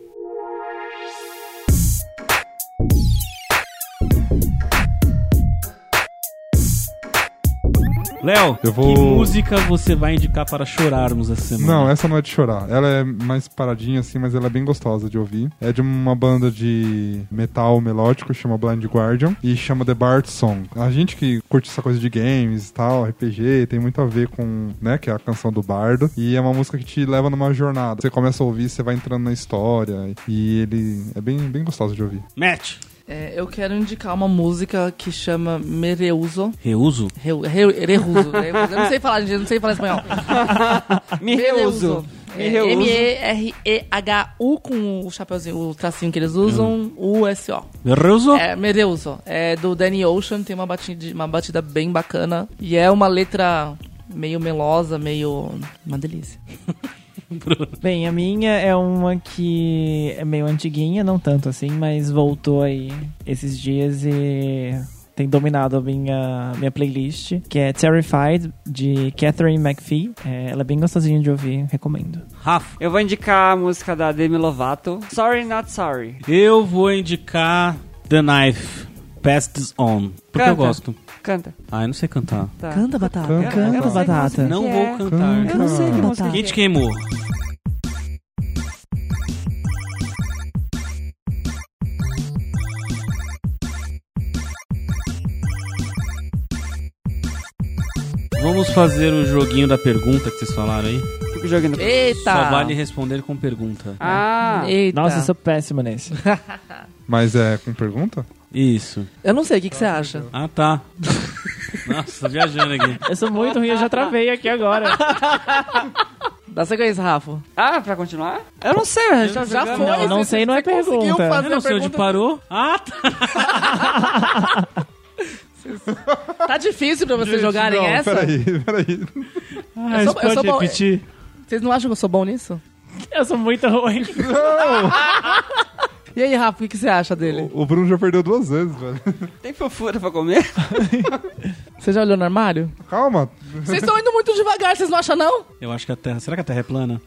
Speaker 5: Léo,
Speaker 3: Eu vou-
Speaker 5: que música você vai indicar para chorarmos essa semana?
Speaker 3: Não, essa não é de chorar. Ela é mais paradinha assim, mas ela é bem gostosa de ouvir. É de uma banda de metal melódico, chama Blind Guardian, e chama The Bard Song. A gente que curte essa coisa de games e tal, RPG, tem muito a ver com, né, que é a canção do bardo. E é uma música que te leva numa jornada. Você começa a ouvir, você vai entrando na história, e ele é bem, bem gostoso de ouvir.
Speaker 5: Match.
Speaker 6: É, eu quero indicar uma música que chama Mereuso.
Speaker 5: Reuso?
Speaker 6: Reu, reu, reuso. Eu não sei falar, gente, eu não sei falar espanhol. Ah,
Speaker 2: Me reuso. Me
Speaker 6: É,
Speaker 2: reuso.
Speaker 6: M-E-R-E-H-U com o chapeuzinho, o tracinho que eles usam, U-S-O.
Speaker 5: Reuso?
Speaker 6: É, Mereuso. É do Danny Ocean, tem uma batida, uma batida bem bacana. E é uma letra meio melosa, meio. Uma delícia.
Speaker 4: Bem, a minha é uma que é meio antiguinha, não tanto assim, mas voltou aí esses dias e tem dominado a minha, minha playlist, que é Terrified, de Catherine McPhee. É, ela é bem gostosinha de ouvir, recomendo.
Speaker 5: Rafa.
Speaker 2: Eu vou indicar a música da Demi Lovato. Sorry, not sorry.
Speaker 5: Eu vou indicar The Knife. Pass This On. Porque
Speaker 2: Canta.
Speaker 5: eu gosto.
Speaker 2: Canta.
Speaker 5: Ah, eu não sei cantar.
Speaker 2: Tá.
Speaker 6: Canta, Batata.
Speaker 3: Canta,
Speaker 2: Cara, eu
Speaker 4: Canta,
Speaker 2: não sei que
Speaker 4: Batata.
Speaker 2: música
Speaker 5: Não
Speaker 2: que é.
Speaker 5: vou cantar.
Speaker 4: Eu não sei que música
Speaker 5: Quem te queimou? Vamos fazer o joguinho da pergunta que vocês falaram aí.
Speaker 2: Fico jogando.
Speaker 6: Eita!
Speaker 5: Só vale responder com pergunta.
Speaker 2: Ah,
Speaker 6: Eita.
Speaker 4: Nossa, eu sou péssima nesse.
Speaker 3: Mas é com pergunta?
Speaker 5: Isso.
Speaker 4: é
Speaker 6: Eu não sei, o que, que você acha?
Speaker 5: Ah, tá. Nossa, tô viajando aqui.
Speaker 4: Eu sou muito ruim, eu já travei aqui agora.
Speaker 6: Dá sequência, Rafa.
Speaker 2: ah, pra continuar? Eu não sei, eu já,
Speaker 6: Já
Speaker 2: já
Speaker 6: foi.
Speaker 4: Não, não
Speaker 6: você-
Speaker 4: sei, não é
Speaker 6: você conseguiu
Speaker 4: pergunta.
Speaker 6: fazer
Speaker 5: Eu não
Speaker 6: a
Speaker 5: sei onde
Speaker 6: pergunta.
Speaker 5: parou. Ah, tá.
Speaker 6: Tá difícil pra vocês jogarem
Speaker 3: não,
Speaker 6: essa?
Speaker 3: Peraí, peraí.
Speaker 5: Ah,
Speaker 6: sou- eu
Speaker 5: pode
Speaker 6: sou bom-
Speaker 5: repetir.
Speaker 6: Vocês não acham que eu sou bom nisso?
Speaker 4: Eu sou muito ruim.
Speaker 6: E aí, Rafa, o que, que você acha dele?
Speaker 3: O, o Bruno já perdeu duas vezes, velho.
Speaker 2: Tem fofura pra comer?
Speaker 6: Você já olhou no armário?
Speaker 3: Calma.
Speaker 6: Vocês estão indo muito devagar, vocês não acham, não?
Speaker 5: Eu acho que a Terra... Será que a Terra é plana?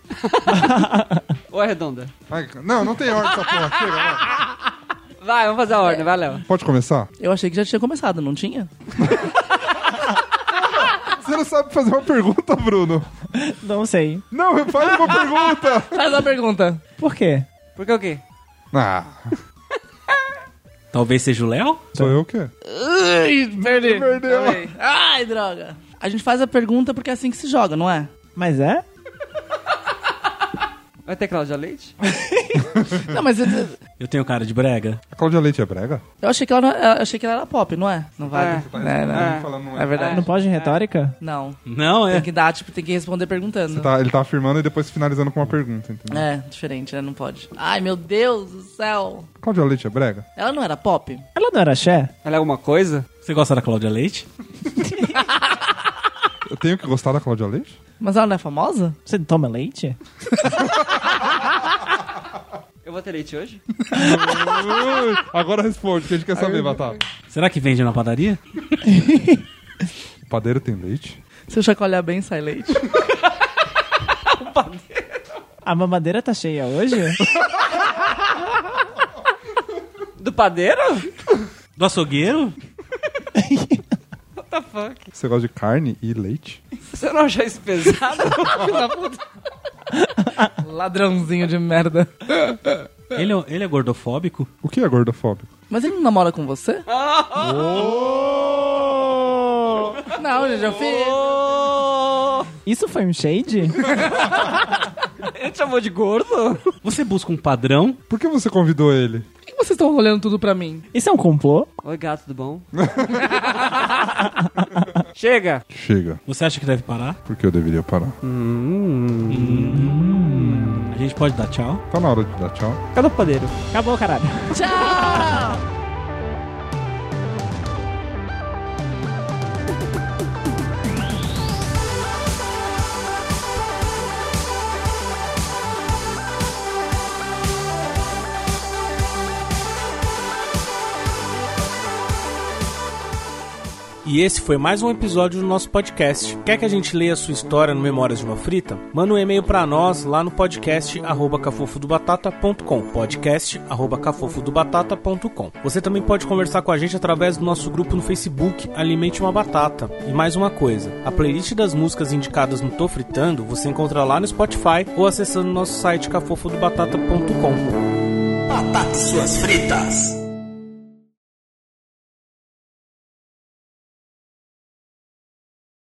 Speaker 2: Ou é redonda?
Speaker 3: Ai, não, não tem ordem essa porra. Chega, vai.
Speaker 2: Vai, vamos fazer a ordem, vai, Léo.
Speaker 3: Pode começar?
Speaker 6: Eu achei que já tinha começado, não tinha?
Speaker 3: Você não sabe fazer uma pergunta, Bruno.
Speaker 4: Não sei.
Speaker 3: Não, faz uma pergunta.
Speaker 6: Faz uma pergunta.
Speaker 4: Por quê?
Speaker 2: Por que o quê?
Speaker 3: Ah,
Speaker 5: Talvez seja o Léo?
Speaker 3: sou eu o quê?
Speaker 6: Ai, perdi.
Speaker 3: Perdeu.
Speaker 6: Ai. Ai, droga. A gente faz a pergunta porque é assim que se joga, não é?
Speaker 4: Mas é?
Speaker 2: Vai ter Cláudia Leite?
Speaker 6: Não, mas eu,
Speaker 5: Eu tenho cara de brega?
Speaker 3: A Cláudia Leite é brega?
Speaker 6: eu achei que ela, não- eu achei que ela era pop, não é? Não vale.
Speaker 2: É.
Speaker 6: Né, né?
Speaker 2: É.
Speaker 3: Falando,
Speaker 6: É verdade.
Speaker 4: Não pode retórica?
Speaker 6: Não.
Speaker 5: Não, é.
Speaker 6: Tem que dar, tipo, tem que responder perguntando.
Speaker 3: Tá, ele tá afirmando e depois finalizando com uma pergunta, entendeu?
Speaker 6: É, diferente, né? Não pode. Ai, meu Deus do céu.
Speaker 3: Cláudia Leite é brega?
Speaker 6: Ela não era pop?
Speaker 4: Ela não era axé?
Speaker 2: Ela é alguma coisa?
Speaker 5: Você gosta da Cláudia Leite?
Speaker 3: Eu tenho que gostar da Cláudia Leite?
Speaker 6: Mas ela não é famosa?
Speaker 4: Você toma leite?
Speaker 2: Eu vou ter leite hoje?
Speaker 3: Ui, Agora responde, que a gente quer saber, Batata.
Speaker 5: Será que vende na padaria?
Speaker 3: O padeiro tem leite?
Speaker 6: Se eu chacoalhar bem, sai leite.
Speaker 4: A mamadeira tá cheia hoje?
Speaker 2: Do padeiro?
Speaker 5: Do açougueiro?
Speaker 2: What the fuck?
Speaker 3: Você gosta de carne e leite?
Speaker 2: Você não achou isso pesado?
Speaker 6: Ladrãozinho de merda.
Speaker 5: Ele é, ele é gordofóbico?
Speaker 3: O que é gordofóbico?
Speaker 6: Mas ele não namora com você?
Speaker 3: Oh!
Speaker 6: Ah. Não, gente, eu fiz.
Speaker 4: Isso foi um shade?
Speaker 2: Ele te chamou de gordo?
Speaker 5: Você busca um padrão?
Speaker 3: Por que você convidou ele?
Speaker 6: Por que vocês estão olhando tudo pra mim?
Speaker 4: Isso é um complô?
Speaker 2: Oi, gato, tudo bom? Chega!
Speaker 3: Chega.
Speaker 5: Você acha que deve parar?
Speaker 3: Por que eu deveria parar?
Speaker 5: Hum. A gente pode dar tchau?
Speaker 3: Tá na hora de dar tchau.
Speaker 2: Cadê o padeiro?
Speaker 4: Acabou, caralho.
Speaker 6: Tchau!
Speaker 1: E esse foi mais um episódio do nosso podcast. Quer que a gente leia a sua história no Memórias de uma Frita? Manda um e-mail para nós lá no podcast arroba cafofodobatata.com podcast arroba cafofodobatata.com Você também pode conversar com a gente através do nosso grupo no Facebook Alimente uma Batata. E mais uma coisa, a playlist das músicas indicadas no Tô Fritando você encontra lá no Spotify ou acessando nosso site cafofodobatata.com
Speaker 7: Batata suas fritas.